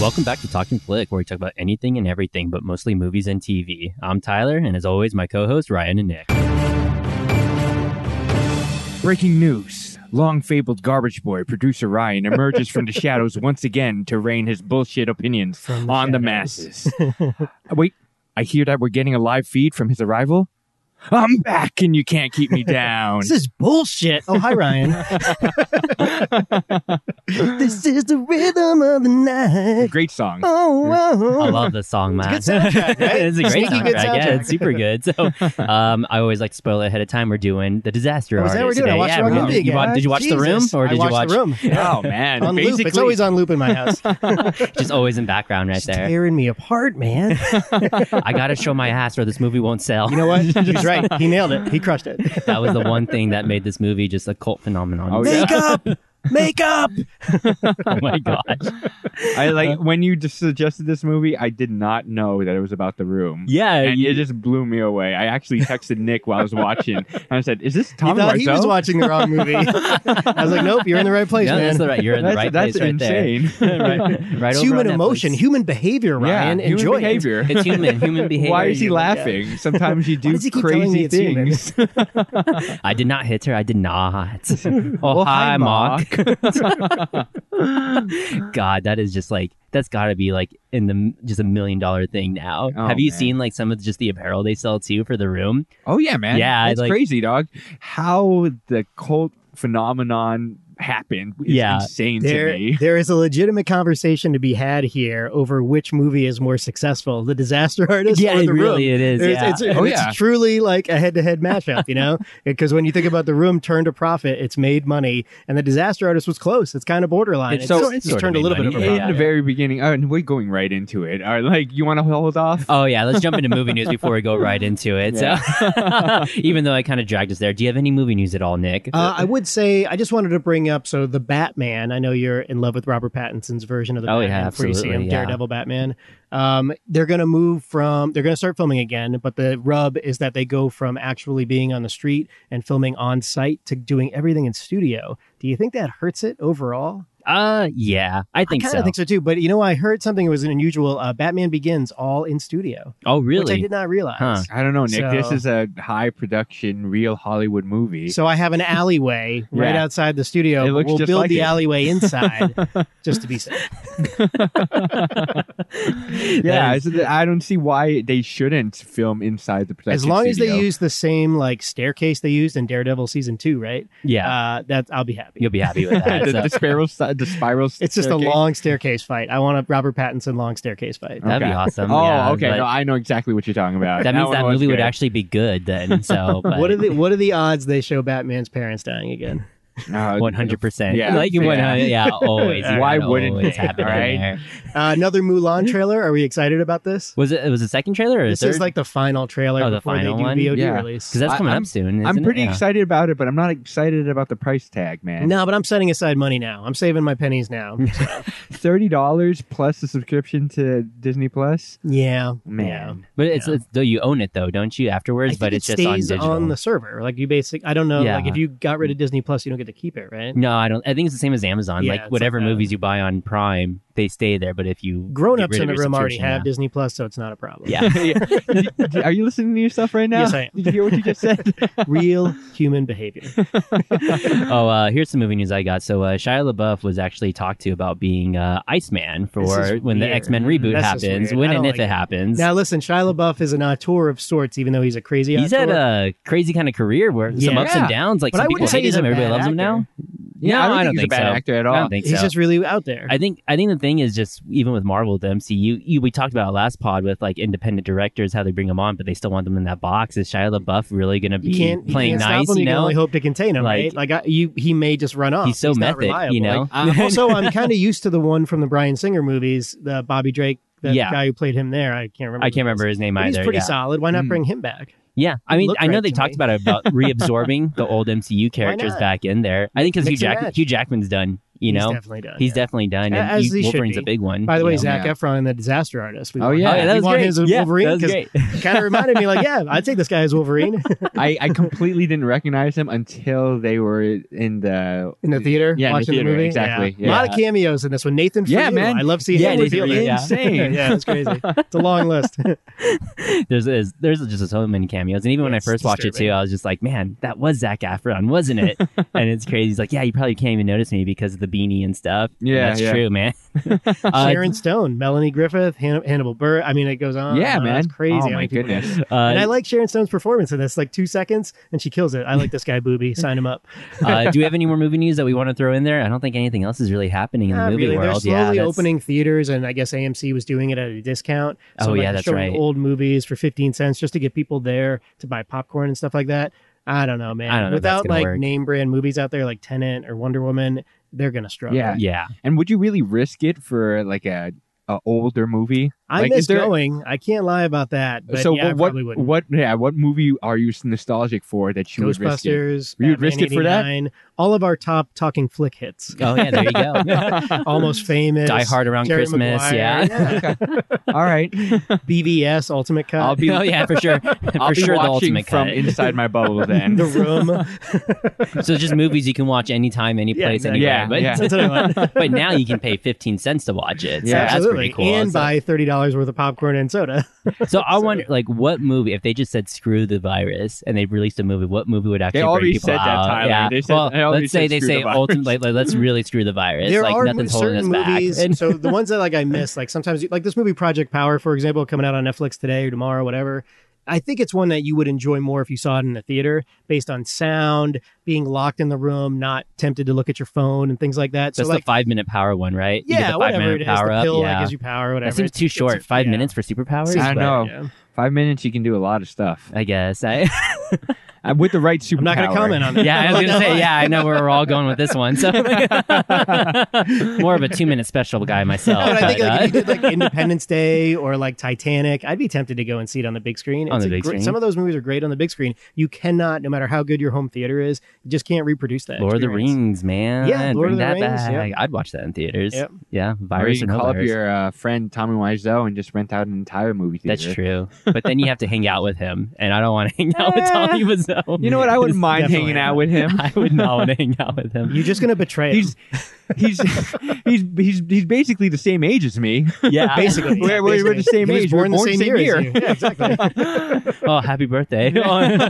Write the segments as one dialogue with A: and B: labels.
A: Welcome back to Talking Flick, where we talk about anything and everything, but mostly movies and TV. I'm Tyler, and as always, my co-host Ryan and Nick.
B: Breaking news. Long fabled garbage boy producer Ryan emerges from the shadows once again to rain his bullshit opinions
C: From the
B: on the
C: shadows.
B: masses. Wait, I hear that we're getting a live feed from his arrival? I'm back and you can't keep me down.
C: This is bullshit. Oh, hi, Ryan. this is the rhythm of the night.
B: Great song.
C: Oh, oh,
A: I love this song, man.
C: It's a good soundtrack, right?
A: it's a great
C: Sneaky good
A: soundtrack. Yeah,
C: soundtrack.
A: it's super good. So, um, I always like to spoil it ahead of time. We're doing the disaster.
C: Oh, is that what we're
A: Artist
C: doing? I
A: today.
C: watched
A: yeah,
C: the wrong
A: we're
C: movie
A: doing- you
C: again.
A: wa- Did you watch the room,
C: Jesus.
A: or did
C: I
A: you
C: watched
A: watch?
C: The room. Yeah.
B: Oh man.
C: on
B: Basically,
C: loop. It's always on loop in my house.
A: Just always in background, right
C: It's
A: there.
C: tearing me apart, man.
A: I gotta show my ass, or this movie won't sell.
C: You know what? He's right. He nailed it. He crushed it.
A: that was the one thing that made this movie just a cult phenomenon.
B: Oh, yeah.
C: Make up. Make up.
A: oh my gosh.
B: I like when you just suggested this movie, I did not know that it was about the room.
A: Yeah,
B: And
A: you-
B: it just blew me away. I actually texted Nick while I was watching, and I said, "Is this
C: He
B: Tommy
C: thought he was
B: Wiseau?"
C: watching the wrong movie. I was like, nope, you're in the right place,
A: yeah,
C: man.
A: that's the right. You're in the
B: That's-
A: right
B: that's
A: place, right
B: insane.
A: there. right, right
C: it's
A: over
C: human
A: on Netflix.
C: emotion, human behavior,
B: yeah,
C: Ryan.
B: human
C: Enjoy it.
B: behavior.
A: It's human. Human behavior.
B: Why is he
A: You-
B: laughing? Sometimes you do
C: does he keep telling me
B: crazy
C: it's human?
B: things.
A: I did not hit her. I did not. oh, hi, Mark. God, that is just like that's got to be like in the just a million dollar thing now.
B: Oh,
A: Have you
B: man.
A: seen like some of just the apparel they sell too for the room?
B: Oh yeah, man.
A: Yeah, I
B: it's
A: like-
B: crazy, dog. How the cult phenomenon happened is
A: Yeah.
B: insane to
C: There,
B: me.
C: there is a legitimate conversation to be had here over which movie is more successful, The Disaster Artist or
A: it
C: The Room.
A: really it is.
C: There's-
A: yeah.
C: It's, and
B: Oh,
C: it's
B: yeah.
C: truly like a head-to-head matchup, you know? Because when you think about the room turned a profit, it's made money, and the disaster artist was close. It's kind of borderline.
A: It's
C: It's,
A: so-
C: so,
A: it's
C: it's
A: sort
C: turned
A: of
C: a little
A: made
C: bit of a
A: money,
B: In
C: profit.
A: yeah.
B: the very beginning, oh, and we're going right into it. Are like you want to hold off?
A: Oh yeah, let's jump into movie news before we go right into it. So, even though I kind of dragged us there, do you have any movie news at all, Nick?
C: Uh, I would say I just wanted to bring up so the Batman. I know you're in love with Robert Pattinson's version of the
A: Oh, yeah,
C: Batman before you see
A: absolutely,
C: him,
A: yeah.
C: Daredevil Batman. Um, they're going to move from they're going to start filming again, but the rub is that they go from actually being on the street and filming on site to doing everything in studio. Do you think that hurts it overall?
A: Uh, yeah, I think
C: I kind
A: so.
C: of think so too. But you know, I heard something that was unusual. Uh, Batman Begins all in studio,
A: oh,
C: which I
A: really?
C: did not realize.
A: Huh.
B: I don't know, Nick. this
C: So-
B: is a high production, real Hollywood movie.
C: So I have an alleyway right
B: Yeah.
C: outside the studio.
B: It
C: but
B: looks
C: we'll
B: just
C: build
B: like
C: the
B: it.
C: alleyway inside just to be safe.
B: yeah,
A: That
B: I said that I don't see why they shouldn't film inside the production.
C: as long as
B: studio.
C: they use the same like staircase they used in Daredevil season two, right?
A: yeah,
C: Uh, that I'll be happy.
A: you'll be happy with that.
B: the,
A: So-
B: the spiral, sti- the spiral.
C: It's just
B: staircase.
C: a long staircase fight. I want a Robert Pattinson long staircase fight.
A: that'd be
B: Okay.
A: awesome.
B: Oh,
A: yeah,
B: okay.
A: but
B: No, I know exactly what you're talking about.
A: that means
B: one
A: that
B: was
A: movie would
B: good.
A: actually be good then. So, but
C: What are the what are the odds they show Batman's parents dying again?
B: Uh,
A: One hundred percent.
B: Yeah.
A: like you
B: Yeah.
A: yeah. yeah, always.
B: Yeah. Why wouldn't
A: it
B: they,
A: happen? in
B: right?
A: there.
C: Uh, another Mulan trailer. Are we excited about this?
A: Was it? It was a second trailer or
C: This
A: a third?
C: is like the final trailer
A: Oh, the
C: before
A: final
C: they do
A: one?
C: VOD
B: Yeah.
C: release.
A: because that's
B: I-
A: coming
B: I'm-
A: up soon.
B: I'm
A: isn't
B: pretty
A: it? Yeah.
B: excited about it, but I'm not excited about the price tag, man.
C: No, but I'm setting aside money now. I'm saving my pennies now.
B: Thirty dollars plus the subscription to Disney Plus.
C: yeah, Yeah.
B: Man,
A: But it's,
C: Yeah.
A: it's though you own it though, don't you?
C: I
A: Afterwards,
C: think
A: but
C: it
A: it's just on
C: stays
A: digital.
C: the server. Like you basic. I don't know. Like
A: Yeah. Mm.
C: if you got rid of Disney Plus, you don't get to keep it, right?
A: No, I don't. I think it's the same as Amazon.
C: Yeah, it's
A: like
C: like
A: whatever
C: that.
A: movies you buy on Prime, they stay there. But if you
C: Grown
A: get
C: ups
A: rid
C: in the
A: of your
C: room already
A: subscription,
C: have Disney Plus, so it's not a problem.
A: Yeah. yeah.
B: Yeah. are you listening to yourself right now?
C: Yes, I am.
B: Did you hear what you just said?
C: Real human behavior.
A: oh, uh, here's some movie news I got. So uh, Shia LaBeouf was actually talked to about being uh, Iceman for
C: is
A: when the
C: weird.
A: X Men reboot
C: That's just
A: happens,
C: weird.
A: when
C: I
A: and
C: don't
A: if
C: like
A: it
C: it.
A: happens.
C: Now listen, Shia LaBeouf is an auteur of sorts, even though he's a crazy.
A: He's had
C: auteur.
A: a crazy kind of career where some
C: Yeah.
A: ups and downs. Like
C: But I
A: some
C: wouldn't
A: people
C: say
A: hate
C: he's
A: him,
C: a
A: everybody
C: bad
A: loves him now.
C: actor.
A: No, I don't
B: he's
A: think
B: a bad
A: so.
B: actor at
A: I
B: all.
A: don't think
C: He's
A: so.
C: just really out there.
A: I think I think the thing is just even with Marvel with the MCU, you, we talked about it last pod with like independent directors how they bring them on, but they still want them in that box. Is Shia LaBeouf really going to be
C: you can't you
A: playing
C: can't stop
A: nice?
C: him,
A: you
C: can
A: know,
C: only hope to contain him,
A: Like-
C: right? Like I, you, he may just run off.
A: he's so
C: not
A: method, you
C: reliable.
A: know.
C: Like,
B: Uh,
C: also, I'm kind of used to the one from the Brian Singer movies, the Bobby Drake, the
A: Yeah.
C: guy who played him there. I can't remember.
A: I can't
C: his name.
A: remember his name
C: But
A: either.
C: He's pretty
A: yeah.
C: solid. Why not
B: Mm.
C: bring him back?
A: Yeah, I
C: He
A: mean,
C: looked
A: I know
C: right
A: they
C: to
A: talked
C: me.
A: about it, about reabsorbing the old MCU characters
C: not?
A: back in there. I think because Hugh,
C: Mix and
A: Jack-
C: match.
A: Hugh Jackman's done You know,
C: he's definitely done.
A: he's
C: yeah.
A: definitely done. And
C: A- as he should
A: Wolverine's a
C: be.
A: big one.
C: By the way,
A: you know?
C: Zach
B: Yeah.
C: Efron, the disaster artist. We
B: Oh,
C: want-
B: yeah.
A: Oh, yeah, that
C: we
A: was
C: want
A: great.
C: his as
A: yeah,
C: Wolverine
A: that was
C: 'cause
A: great.
C: it kind of reminded me, like, yeah, I'd take this guy as Wolverine
B: I, I completely didn't recognize him until they were in the
C: in the theater,
B: Yeah, in the
C: watching
B: theater,
C: movie.
B: exactly,
C: A
B: yeah.
C: lot of cameos in this one. Nathan, for
B: Yeah,
C: you.
B: man.
C: I love seeing
A: Yeah,
C: him
A: Nathan
C: revealed
A: for
C: it.
A: you. Yeah.
B: Insane.
C: yeah, it's crazy. It's a long list.
A: There's, there's there's just so many cameos, and even when I
C: It's
A: first watched it
C: disturbing.
A: too, I was just like, "Man, that was Zach Efron, wasn't it?" and it's crazy. He's like, "Yeah, you probably can't even notice me because of the beanie and stuff." And
B: Yeah,
A: that's
B: yeah.
A: true, man. uh,
C: Sharon Stone, Melanie Griffith, Han- Hannibal Burr. I mean, it goes on.
B: yeah,
C: and on.
B: man.
C: It's crazy.
B: Oh
C: how
B: my
C: many people-
B: goodness.
A: uh,
C: And I like Sharon Stone's performance in this, like two seconds, and she kills it. I like this guy, Booby. Sign him up.
A: uh, do we have any more movie news that we want to throw in there? I don't think anything else is really happening in the
C: Not
A: movie
C: really. They're
A: world. yeah,
C: slowly
A: that's-
C: opening theaters, and I guess AMC was doing it at a discount. So
A: Oh,
C: like,
A: yeah,
C: they're
A: that's
C: showing
A: right.
C: Old movies for fifteen cents just to get people there to buy popcorn and stuff like that. I don't know, man.
A: I don't know if that's
C: Without
A: gonna
C: like
A: work.
C: name brand movies out there like Tenant or Wonder Woman, they're gonna struggle.
B: Yeah.
A: Yeah,
B: And would you really risk it for like a, a older movie?
C: I
B: Like,
C: miss
B: is there-
C: going. I can't lie about that. But
B: so
C: yeah, I
B: what?
C: probably
B: What?
C: wouldn't.
B: What? Yeah. What movie are you nostalgic for that you would risk it?
C: Ghostbusters,
B: You would risk
C: Batman
B: it for that?
C: 89, All of our top talking flick hits.
A: Oh yeah, there you go.
C: Almost famous.
A: Die Hard around
C: Jerry
A: Christmas.
C: Maguire,
A: Yeah.
B: All right.
C: BVS Ultimate Cut.
B: I'll be.
A: oh yeah, for sure. for
B: I'll be
A: sure, the
B: watching
A: ultimate
B: from
A: cut.
B: inside my bubble.
C: the
B: Then.
C: room.
A: so just movies you can watch anytime, any
C: Yeah,
A: place,
C: exactly.
A: anywhere.
B: Yeah,
A: but,
B: yeah.
C: That's what I want.
A: but now you can pay fifteen cents to watch it. So
B: Yeah,
A: that's pretty
C: Absolutely.
A: cool.
C: and
A: So-
C: buy thirty dollars worth of popcorn and soda.
A: So I wonder, like, what movie? If they just said "screw the virus" and they released a movie, what movie would actually bring
B: already
A: people
B: said that,
A: out?
B: Tyler.
A: Yeah.
B: They said-
A: well,
B: they already
A: let's say
B: said
A: they
B: "Screw
A: say
B: the virus."
A: ultimately, like, let's really screw the virus.
C: there
A: like
C: are
A: nothing's holding us
C: certain movies.
A: back. And-
C: so the ones that like I miss, like sometimes you- like this movie Project Power, for example, coming out on Netflix today or tomorrow, whatever. I think it's one that you would enjoy more if you saw it in a theater, based on sound, being locked in the room, not tempted to look at your phone and things like that. So
A: that's
C: like,
A: the five minute power one, right? You get
C: yeah,
A: the five
C: whatever
A: minute
C: it is,
A: power
C: the
A: up.
C: pill that
A: yeah.
C: gives you power, whatever.
A: That seems
C: It's-
A: too
C: it's-
A: short. Five
C: yeah.
A: minutes for superpowers.
B: I
A: But
B: know.
C: Yeah.
B: Five minutes, you can do a lot of stuff
A: I guess. I,
B: Uh, with the right superpower.
C: I'm not going to comment on that.
A: yeah, I was gonna say. Yeah, I know where we're all going with this one. So more of a two minute special guy
B: Oh,
A: myself.
C: but I think like,
A: uh,
C: if you did like Independence Day or like Titanic, I'd be tempted to go and see it on the big screen.
A: On
C: It's
A: the
C: a
A: big
C: great-
A: screen.
C: Some of those movies are great on the big screen. You cannot, no matter how good your home theater is, you just can't reproduce that.
A: Lord of the
C: experience.
A: Rings, man.
C: Yeah, Lord
A: Bring
C: of the
A: that
C: Rings,
A: back. I'd watch that in theaters.
C: Yep.
A: Yeah,
B: Or
A: virus
B: you
A: and
B: can
A: no
B: call up
A: virus.
B: your uh, friend Tommy Wiseau and just rent out an entire movie theater.
A: That's true. But then you have to hang out with him, and I don't want to hang out with
B: Eh,
A: Tommy Wiseau.
B: You know what? I wouldn't mind
C: Definitely
B: hanging out with him.
A: I would not want to hang out with him.
C: You're just going to betray
B: He's
C: it.
B: he's he's he's he's basically the same age as me.
A: Yeah,
C: Basically,
B: We're-
C: Yeah,
B: we're- we're the
C: basically.
B: same
C: He was
B: age.
C: Born
B: We're
C: the
B: born
C: same,
B: same
C: year. as
B: year.
C: you. Yeah, exactly.
A: oh, happy birthday! All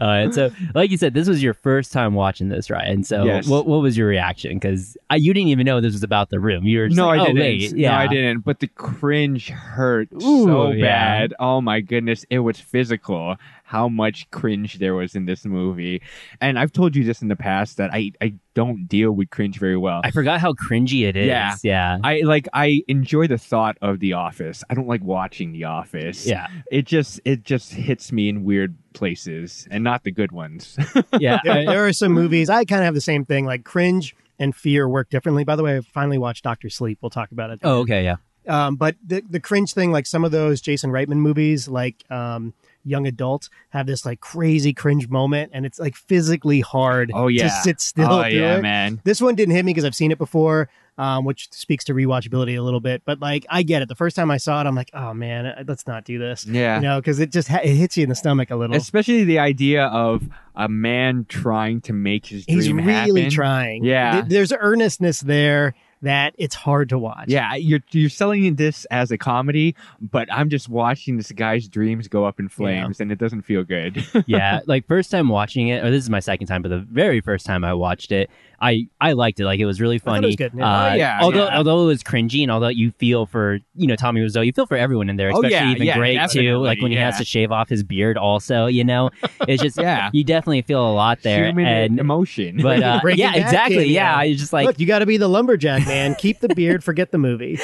A: right, so like you said, this was your first time watching this, right? And so,
B: Yes.
A: what what was your reaction? Because you didn't even know this was about the room. You were just
B: no,
A: like,
B: I
A: oh,
B: didn't.
A: wait, yeah,
B: No, I didn't. But the cringe hurt so
A: Ooh, yeah.
B: bad. Oh my goodness, it was physical. How much cringe there was in this movie. And I've told you this in the past that I I don't deal with cringe very well.
A: I forgot how cringy it is.
B: Yeah.
A: yeah,
B: I like I enjoy the thought of The Office. I don't like watching The Office.
A: yeah.
B: It just it just hits me in weird places and not the good ones.
A: yeah.
C: there, there are some movies I kind of have the same thing. Like cringe and fear work differently. By the way, I finally watched Doctor Sleep. We'll talk about it.
A: oh, okay, yeah.
C: Um, but the the cringe thing, like some of those Jason Reitman movies, like um, Young Adult, have this like crazy cringe moment, and it's like physically hard.
B: Oh, yeah.
C: to sit still.
B: oh
C: through
B: yeah,
C: it.
B: man.
C: This one didn't hit me because I've seen it before, um, which speaks to rewatchability a little bit. But like, I get it. The first time I saw it, I'm like, oh man, uh, let's not do this.
B: Yeah.
C: You know, because it just ha- it hits you in the stomach a little.
B: Especially the idea of a man trying to make his dream
C: He's really
B: happen.
C: trying.
B: Yeah.
C: Th- there's earnestness there that it's hard to watch.
B: Yeah, you're you're selling this as a comedy, but I'm just watching this guy's dreams go up in flames, and it doesn't feel good.
A: yeah like first time watching it or this is my second time but the very first time i watched it i i liked it like it was really
C: thought
A: funny
C: it was good, yeah.
A: Uh,
B: Oh, yeah,
A: although
B: yeah.
A: although it was cringy and although you feel for you know tommy Wiseau, you feel for everyone in there
B: Oh,
A: especially
B: yeah,
A: even
B: yeah,
A: Greg too
B: definitely,
A: like when he
B: yeah.
A: has to shave off his beard also you know it's just
B: Yeah.
A: you definitely feel a lot there
B: Human e-,
A: and
B: emotion.
A: but uh,
C: Breaking
A: yeah
C: Bad
A: exactly
C: came,
A: yeah
C: yeah.
A: it's just like
C: Look, you got to be the lumberjack man. Keep the beard, forget the movie.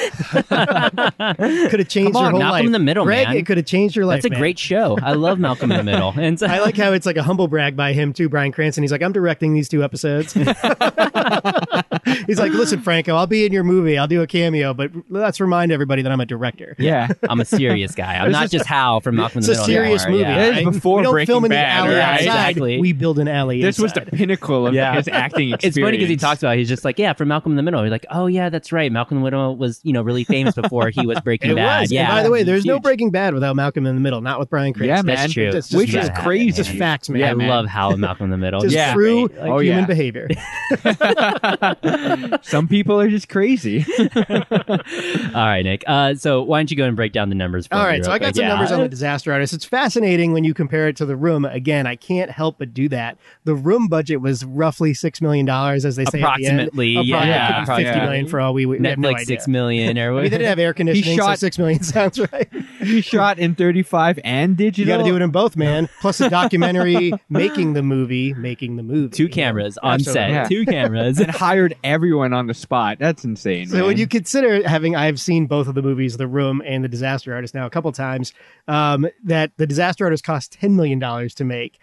C: could have changed
A: Come
C: your
A: on,
C: whole
A: Malcolm
C: life.
A: in the Middle,
C: Greg,
A: man.
C: it could have changed your life.
A: that's a
C: man.
A: great show i love malcolm in the middle and so,
C: I like how it's like a humble brag by him too, Brian Cranston. He's like, I'm directing these two episodes. He's like, listen, Franco, I'll be in your movie. I'll do a cameo, but let's remind everybody that I'm a director.
B: Yeah,
A: I'm a serious guy. I'm
B: It's
A: not
B: just-
A: just Hal from Malcolm in
C: It's
A: the
C: a
A: Middle.
C: serious
A: anymore.
C: movie.
A: Yeah.
B: This is
C: right?
B: before
C: we don't
B: Breaking
C: film in
B: Bad,
C: the alley
A: right?
C: outside.
A: Exactly.
C: We build an alley.
B: this was the
C: inside.
B: pinnacle of
A: Yeah.
B: his acting experience.
A: It's funny because he talks about it. he's just like yeah from Malcolm in the Middle. He's like oh yeah that's right Malcolm in the Middle was you know really famous before he was Breaking
C: It
A: Bad.
C: was.
A: Yeah.
C: And by the way, there's no
B: Huge.
C: Breaking Bad without Malcolm in the Middle, not with Brian Cranston.
B: Yeah, man.
A: that's true.
C: That's just
B: Which
A: You
B: is
A: gotta have it,
B: crazy.
A: man.
C: Just facts, man.
B: Yeah,
A: I
B: man.
A: love Hal and Malcolm in the Middle.
C: Just
B: Yeah.
C: true
A: Great.
C: like,
B: Oh,
C: human
B: yeah.
C: behavior.
B: Some people are just crazy.
A: All right, Nick. Uh, so why don't you go and break down the numbers? For
C: All
A: me
C: right,
A: real
C: so I
A: quick.
C: got some
A: Yeah.
C: numbers on the disaster artist. It's fascinating when you compare it to the room. Again, I can't help but do that. The room budget was roughly six million dollars, as they say at the end.
A: approximately.
C: Approximately
A: yeah,
C: could be fifty
B: Yeah.
C: million for all we, we have
A: Netflix
C: no idea.
A: six million or
C: I mean, they didn't have air conditioning, so
B: shot-
C: six million sounds right.
B: he shot in 35 and digital.
C: You got to do it in both, man. Plus a documentary making the movie, making the movie.
A: two cameras on set.
C: Absolutely.
B: Yeah.
A: Two cameras.
B: and hired everyone on the spot. That's insane.
C: So when
B: man.
C: you consider having, I've seen both of the movies, The Room and The Disaster Artist, now a couple times. Um, that The Disaster Artist cost ten million dollars to make,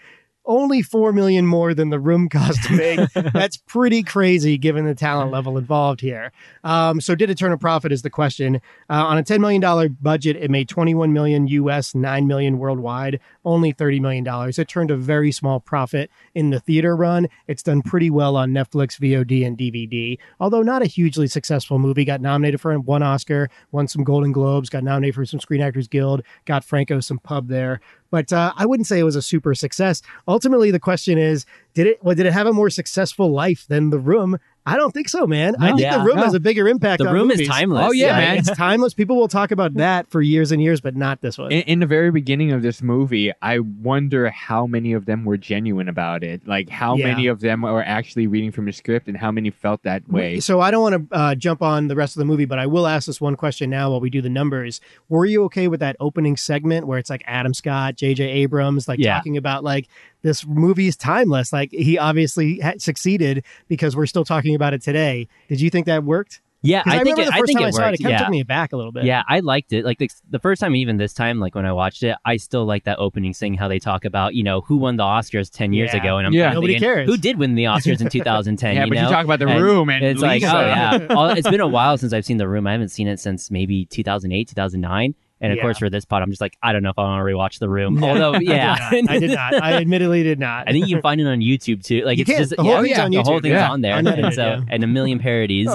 C: only four million more than The Room cost to make. That's pretty crazy given the talent level involved here. Um, so did it turn a profit? Is the question. Uh, on a ten million dollar budget, it made twenty one million U.S., nine million worldwide, only thirty million dollars. It turned a very small profit in the theater run. It's done pretty well on Netflix, VOD, and DVD. Although not a hugely successful movie, got nominated for one Oscar, won some Golden Globes, got nominated for some Screen Actors Guild, got Franco some pub there. But uh, I wouldn't say it was a super success. Ultimately, the question is, did it? Well, did it have a more successful life than The Room? I don't think so, man. I
A: No.
C: think
A: Yeah,
C: The Room
B: no.
C: has a bigger impact.
A: the
C: on
A: room is
C: movies.
A: timeless.
B: Oh, yeah,
A: Like,
B: man.
C: It's timeless. People will talk about that for years and years, but not this one.
B: in, in the very beginning of this movie, I wonder how many of them were genuine about it. Like how
C: Yeah.
B: many of them are actually reading from the script and how many felt that way.
C: So I don't want to uh, jump on the rest of the movie, but I will ask this one question now while we do the numbers. Were you okay with that opening segment where it's like Adam Scott, J.J. Abrams, like
A: Yeah.
C: talking about like this movie is timeless? Like he obviously ha- succeeded because we're still talking about it today. Did you think that worked?
A: yeah.
C: 'Cause
A: I, think
C: remember
A: it,
C: the
A: I
C: first
A: think
C: time
A: it
C: I saw it,
A: worked.
C: it kind
A: yeah.
C: of took me back a little bit.
A: Yeah, I liked it. Like the, the first time, even this time, like when I watched it, I still like that opening thing. How they talk about you know who won the Oscars ten years
C: Yeah.
A: ago, and I'm
B: Yeah.
A: kinda
C: Nobody
A: thinking,
C: cares.
A: who did win the Oscars in 2010.
B: yeah,
A: you
B: but
A: know?
B: you talk about the
A: And
B: room and
A: it's like,
B: Lisa.
A: oh yeah, All- it's been a while since I've seen the room. I haven't seen it since maybe 2008, 2009. And of
C: Yeah.
A: course, for this pod, I'm just like, I don't know if I want to rewatch the room.
C: No,
A: Although, yeah,
C: I did not. I, did not. I admittedly did not.
A: I think you can find it on YouTube too. Like
C: You
A: it's
C: can.
A: just
C: The whole
A: yeah,
C: thing's on
A: the whole
C: YouTube.
A: thing's
B: Yeah.
A: on there,
C: On
A: and
C: internet,
A: so
C: yeah.
A: and a million parodies.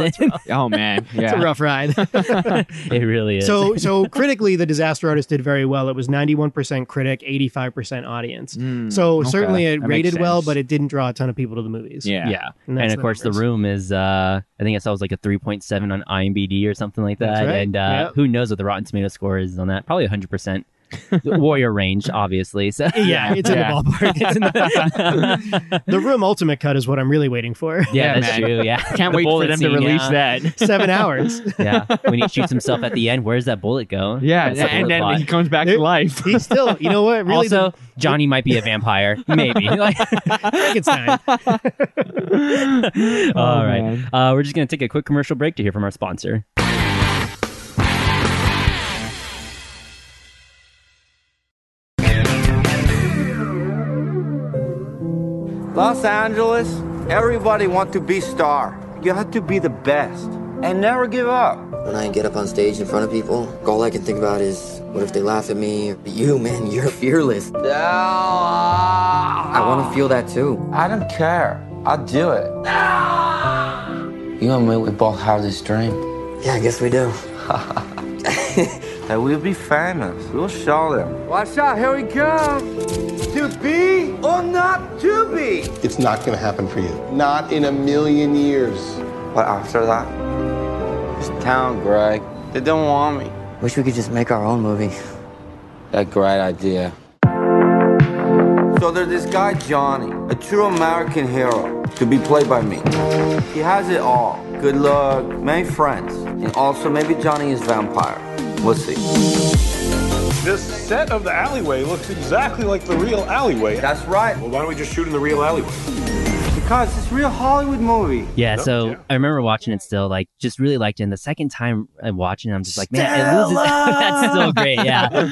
B: Oh man,
C: It's a
B: yeah.
C: rough ride.
A: it really is.
C: So, so critically, the Disaster Artist did very well. It was 91% critic, 85% audience.
A: Hmm,
B: Mm,
C: So
B: okay.
C: certainly it
B: That makes
C: rated well,
B: sense.
C: but it didn't draw a ton of people to the movies.
A: yeah.
B: yeah.
C: that's
A: and of course, the
C: numbers.
A: room is. uh I think I saw it was like a 3.7 on IMDb or something like
C: That's
A: that.
C: right.
A: And uh,
C: Yep.
A: who knows what the Rotten Tomato score is on that? Probably 100. percent Warrior range, obviously. So
C: Yeah, it's in
B: Yeah.
C: the ballpark. It's in the, the room ultimate cut is what I'm really waiting for.
A: yeah,
B: Yeah,
A: that's
B: man.
A: true. Yeah,
B: Can't
A: The
B: wait for
A: bullet
B: them to
A: scene,
B: release
A: yeah.
B: that.
C: Seven hours.
A: yeah, when he shoots himself at the end, where's that bullet go?
B: Yeah,
A: That's
B: and,
A: the bullet
B: then
A: plot.
B: he comes back
C: There-
B: to life.
C: He's still, you know what? Really,
A: also, Johnny might be a vampire. Maybe. Like-
B: Oh,
C: the Frankenstein.
A: All right.
B: man.
A: Uh, we're just going to take a quick commercial break to hear from our sponsor.
D: Los Angeles, everybody want to be star. You have to be the best and never give up.
E: When I get up on stage in front of people, all I can think about is what if they laugh at me? You, man, you're fearless. I
D: I
E: want to feel that too.
D: I don't care. I'll do it. You and me, we both have this dream
E: Yeah, I guess we do.
D: that we'll be famous. We'll show them. Watch out! Here we go. To be or not to be.
F: It's not going to happen for you. Not in a million years.
D: But after that, it's town, Greg. They don't want me.
E: Wish we could just make our own movie.
D: That great idea. So there's this guy, Johnny, a true American hero, to be played by me. He has it all good luck, many friends, and also maybe Johnny is vampire. We'll see.
G: This set of the alleyway looks exactly like the real alleyway.
D: That's right.
H: Well, why don't we just shoot in the real alleyway?
D: God, it's this real Hollywood movie.
A: Yeah,
G: Nope,
A: so
G: yeah.
A: I remember watching it still, like just really liked it. And the second time I'm watching, it, I'm just like, man, it loses. That's so great. Yeah,
B: Oh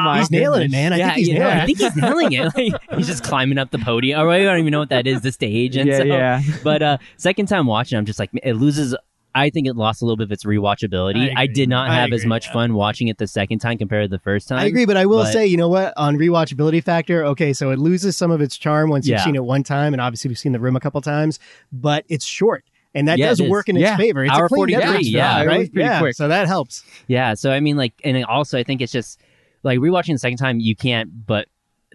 B: my
C: He's nailing it,
B: goodness.
C: man. I
A: yeah,
C: think he's
A: you know,
C: nailing
A: I think he's nailing it. Like, he's just climbing up the podium, or I don't even know what that is, the stage. And
B: yeah,
A: so,
B: yeah.
A: But uh, second time watching, I'm just like, it loses. I think it lost a little bit of its rewatchability.
C: I
A: I, did not
C: I
A: have as
C: agree,
A: much
C: yeah.
A: fun watching it the second time compared to the first time.
C: I agree, but I will
A: but-
C: say, you know what? On rewatchability factor, okay, so it loses some of its charm once you've
A: Yeah.
C: seen it one time, and obviously we've seen the room a couple times, but it's short, and that
A: Yeah,
C: does
A: it is.
C: work in its
B: Yeah.
C: favor. It's a
A: Hour
C: clean
A: 43,
C: Netflix
A: yeah.
C: drop,
B: It was
C: right,
B: pretty
C: yeah.
B: quick.
C: So that helps.
A: Yeah. So I mean, like, and also I think it's just like rewatching the second time, you can't, but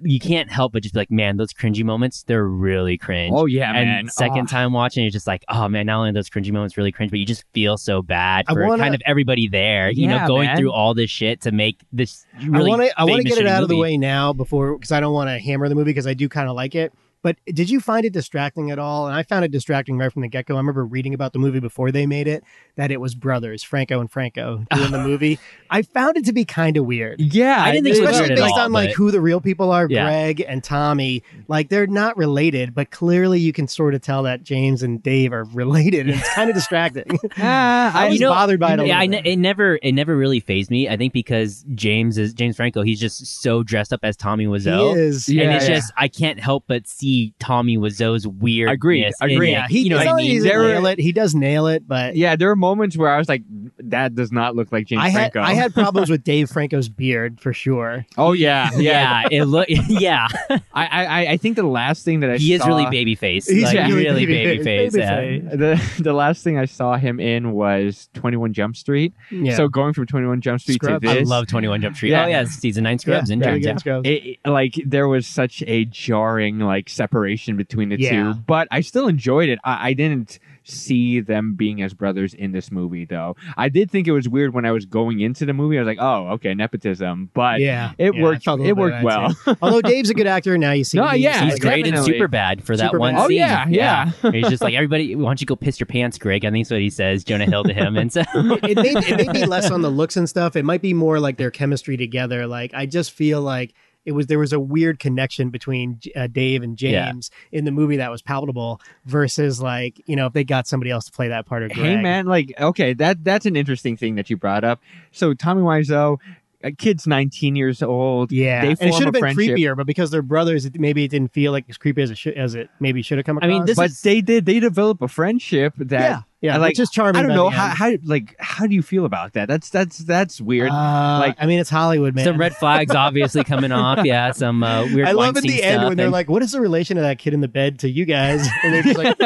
A: you can't help but just be like, man, those cringy moments, they're really cringe.
B: Oh yeah,
A: and
B: man.
A: second
B: Oh.
A: time watching, you're just like, oh man, not only are those cringy moments really cringe, but you just feel so bad
C: I
A: for
C: wanna-
A: kind of everybody there, you
B: Yeah,
A: know, going
B: man.
A: through all this shit to make this
C: I
A: really.
C: want to I want to
A: famous
C: get it
A: shitty
C: out of the
A: movie.
C: way now before because I don't want to hammer the movie because I do kind of like it. But did you find it distracting at all? And I found it distracting right from the get go. I remember reading about the movie before they made it that it was brothers Franco and Franco doing the movie. I found it to be kind of weird.
B: Yeah,
A: I didn't think it was
C: Especially
A: weird at
C: based
A: all,
C: on like
A: but-
C: who the real people are,
A: Yeah.
C: Greg and Tommy. Like they're not related, but clearly you can sort of tell that James and Dave are related, and it's kind of distracting.
B: Ah,
C: I
B: I,
A: you
C: was
A: know,
C: bothered by it. A
A: yeah, I
C: little
A: ne-
C: bit.
A: it never it never really phased me. I think because James is James Franco, he's just so dressed up as Tommy Wiseau.
C: He is.
B: Yeah,
A: and it's
B: yeah.
A: just I can't help but see Tommy Wiseau's weird.
B: Agreed, agreed.
C: Yeah, he,
A: you know what
C: it's
A: I
C: not that he
A: mean?
C: doesn't
B: There-
C: nail it. He does nail it, but
B: yeah, there were moments where I was like, that does not look like James
C: I had
B: Franco.
C: I had problems with Dave Franco's beard for sure.
B: oh yeah, yeah.
A: Yeah, it look. Yeah,
B: I, I, I think the last thing that I
A: he is
B: saw-
A: really baby face.
C: He's
A: like,
C: really
A: really baby
C: baby-faced,
A: face. Yeah.
C: baby-faced.
B: The the last thing I saw him in was Twenty One Jump Street.
C: Yeah.
B: So going from Twenty One Jump Street
C: Scrubs.
B: to
A: I
B: this,
A: love Twenty One Jump Street.
B: Yeah.
A: Oh yeah, season nine Scrubs and
C: yeah,
A: James.
C: yeah,
A: Yeah.
C: Scrubs.
B: it, like there was such a jarring like separation between the
C: Yeah.
B: two but i still enjoyed it I, I didn't see them being as brothers in this movie though i did think it was weird when i was going into the movie i was like oh okay nepotism but
C: yeah,
B: it
C: yeah, I
B: worked
C: felt a
B: it
C: little bit
B: worked
C: of that,
B: well
C: too. Although Dave's a good actor now, you see.
B: No,
C: him, you
B: yeah,
C: see
A: He's
C: him.
A: great in
B: Definitely.
A: Superbad for that
C: Superbad.
A: one
B: oh
A: scene.
B: yeah yeah,
A: He's just like everybody. Why don't you go piss your pants, Greg? I think that's what he says. Jonah Hill to him, and so
C: it, may, it may be less on the looks and stuff. It might be more like their chemistry together. Like I just feel like it was there was a weird connection between uh, Dave and
A: Yeah.
C: James in the movie that was palpable versus like you know if they got somebody else to play that part of Greg.
B: hey man like okay that that's an interesting thing that you brought up so tommy wiseau a kid's 19 years old
C: Yeah,
B: They
C: and
B: form
C: it should
B: a
C: have been
B: friendship.
C: creepier, but because they're brothers, it, maybe it didn't feel like as creepy as it should, as it maybe should have come
A: I
C: across.
A: mean, this
B: but
A: is-
B: they did they develop a friendship that
C: yeah, yeah,
B: I like-
C: which is charming.
B: I don't
C: by
B: know
C: the
B: how,
C: end.
B: how like how do you feel about that? That's that's that's weird.
C: Uh,
B: like-
C: I mean, it's Hollywood, man.
A: some red flags obviously coming off. Yeah, some uh, weird.
C: I love at
A: Weinstein
C: the end
A: stuff
C: when they're
A: and-
C: like, "What is the relation of that kid in the bed to you guys?" And they're just like,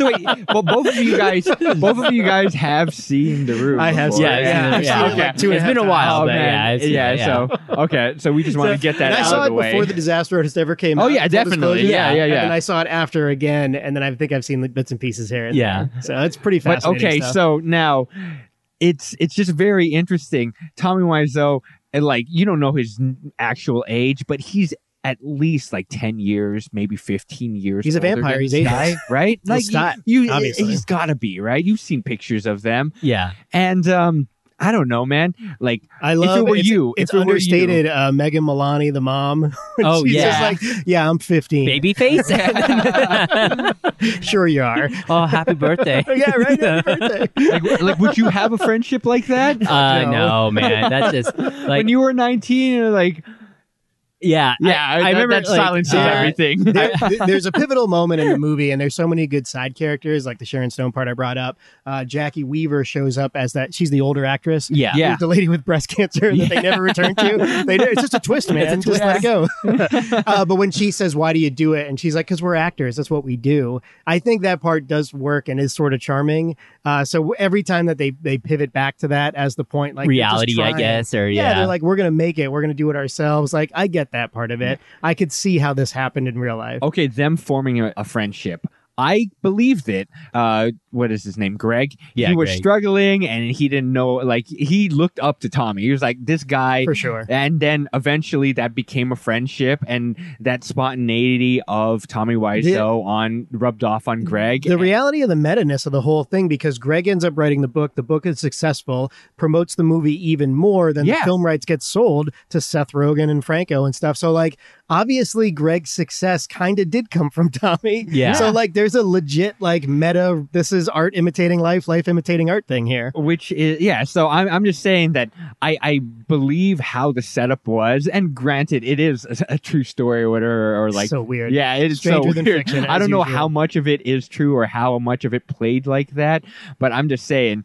B: so wait, but both of you guys, both of you guys have seen the room.
C: I have
B: before.
A: Yeah, yeah,
C: I've seen it
A: yeah.
C: like two and
A: It's
C: a
A: been
C: half
A: a while,
B: Oh,
A: but
B: man.
A: yeah, I've seen it, yeah.
B: So okay, so we just want to get that
C: and I
B: out
C: saw
B: of
C: it
B: the way.
C: before the disaster artist ever came.
B: Oh,
C: out,
B: yeah,
C: full
B: definitely.
C: disclosure.
B: Yeah, yeah, yeah.
C: And then I saw it after again, and then I think I've seen the bits and pieces here. and
A: Yeah.
C: there. so it's pretty
B: but
C: fascinating.
B: okay,
C: stuff.
B: so now it's it's just very interesting. Tommy Wiseau, and like you don't know his n- actual age, but he's at least like 10 years maybe 15 years
C: He's a
B: older
C: vampire,
B: than
C: he's
B: this
C: Asian.
B: guy, right
C: He's not,
B: you, you
C: obviously.
B: he's gotta be right you've seen pictures of them
A: yeah,
B: And um, I don't know, man. Like,
C: I love
B: were
C: it's-
B: you, if
C: It's
B: it were you.
C: understated. Uh, Megan Milani, the mom. when
A: Oh,
C: she's
A: yeah.
C: just like, yeah, I'm 15.
A: baby face.
C: Sure you are.
A: oh, happy birthday!
C: yeah, right. Happy birthday.
B: like, w- like, would you have a friendship like that?
A: Uh, no, man, that's just like
B: when you were nineteen, you're like,
A: yeah,
B: yeah,
A: I, I
B: that-
A: remember
B: that
A: like,
B: silences
A: uh,
B: everything.
C: There- th- there's a pivotal moment in the movie, and there's so many good side characters, like the Sharon Stone part I brought up. Uh, Jackie Weaver shows up as that. She's the older actress.
A: Yeah,
B: Yeah.
C: Who's The lady with breast cancer that they never return to. They, it's just a twist, man.
A: It's a
C: Just let it go. uh, but when she says, "Why do you do it?" and she's like, "Cause we're actors. That's what we do." I think that part does work and is sort of charming. Uh, so every time that they they pivot back to that as the point, like they're just
A: reality, I
C: trying.
A: guess, or
C: Yeah,
A: yeah,
C: they're like, we're gonna make it. We're gonna do it ourselves. Like, I get that part of it. I could see how this happened in real life.
B: okay, them forming a, a friendship. I believed it. Uh, what is his name? Greg.
A: Yeah,
B: he was
A: Greg.
B: struggling, and he didn't know. Like, he looked up to Tommy. He was like, this guy.
C: for sure.
B: and then eventually that became a friendship, and that spontaneity of Tommy Wiseau on rubbed off on Greg.
C: The reality of the meta ness of the whole thing, because Greg ends up writing the book. The book is successful, promotes the movie even more than
B: Yeah.
C: the film rights get sold to Seth Rogen and Franco and stuff. So, like, obviously Greg's success kind of did come from Tommy.
A: Yeah.
C: So like there's a legit like meta this is art imitating life, life imitating art thing here.
B: which is yeah so i'm, I'm just saying that I, I believe how the setup was and granted it is a, a true story or whatever or like
C: so weird.
B: yeah it's so
C: Stranger than
B: weird.
C: fiction,
B: i
C: as
B: don't know
C: usual.
B: how much of it is true or how much of it played like that but i'm just saying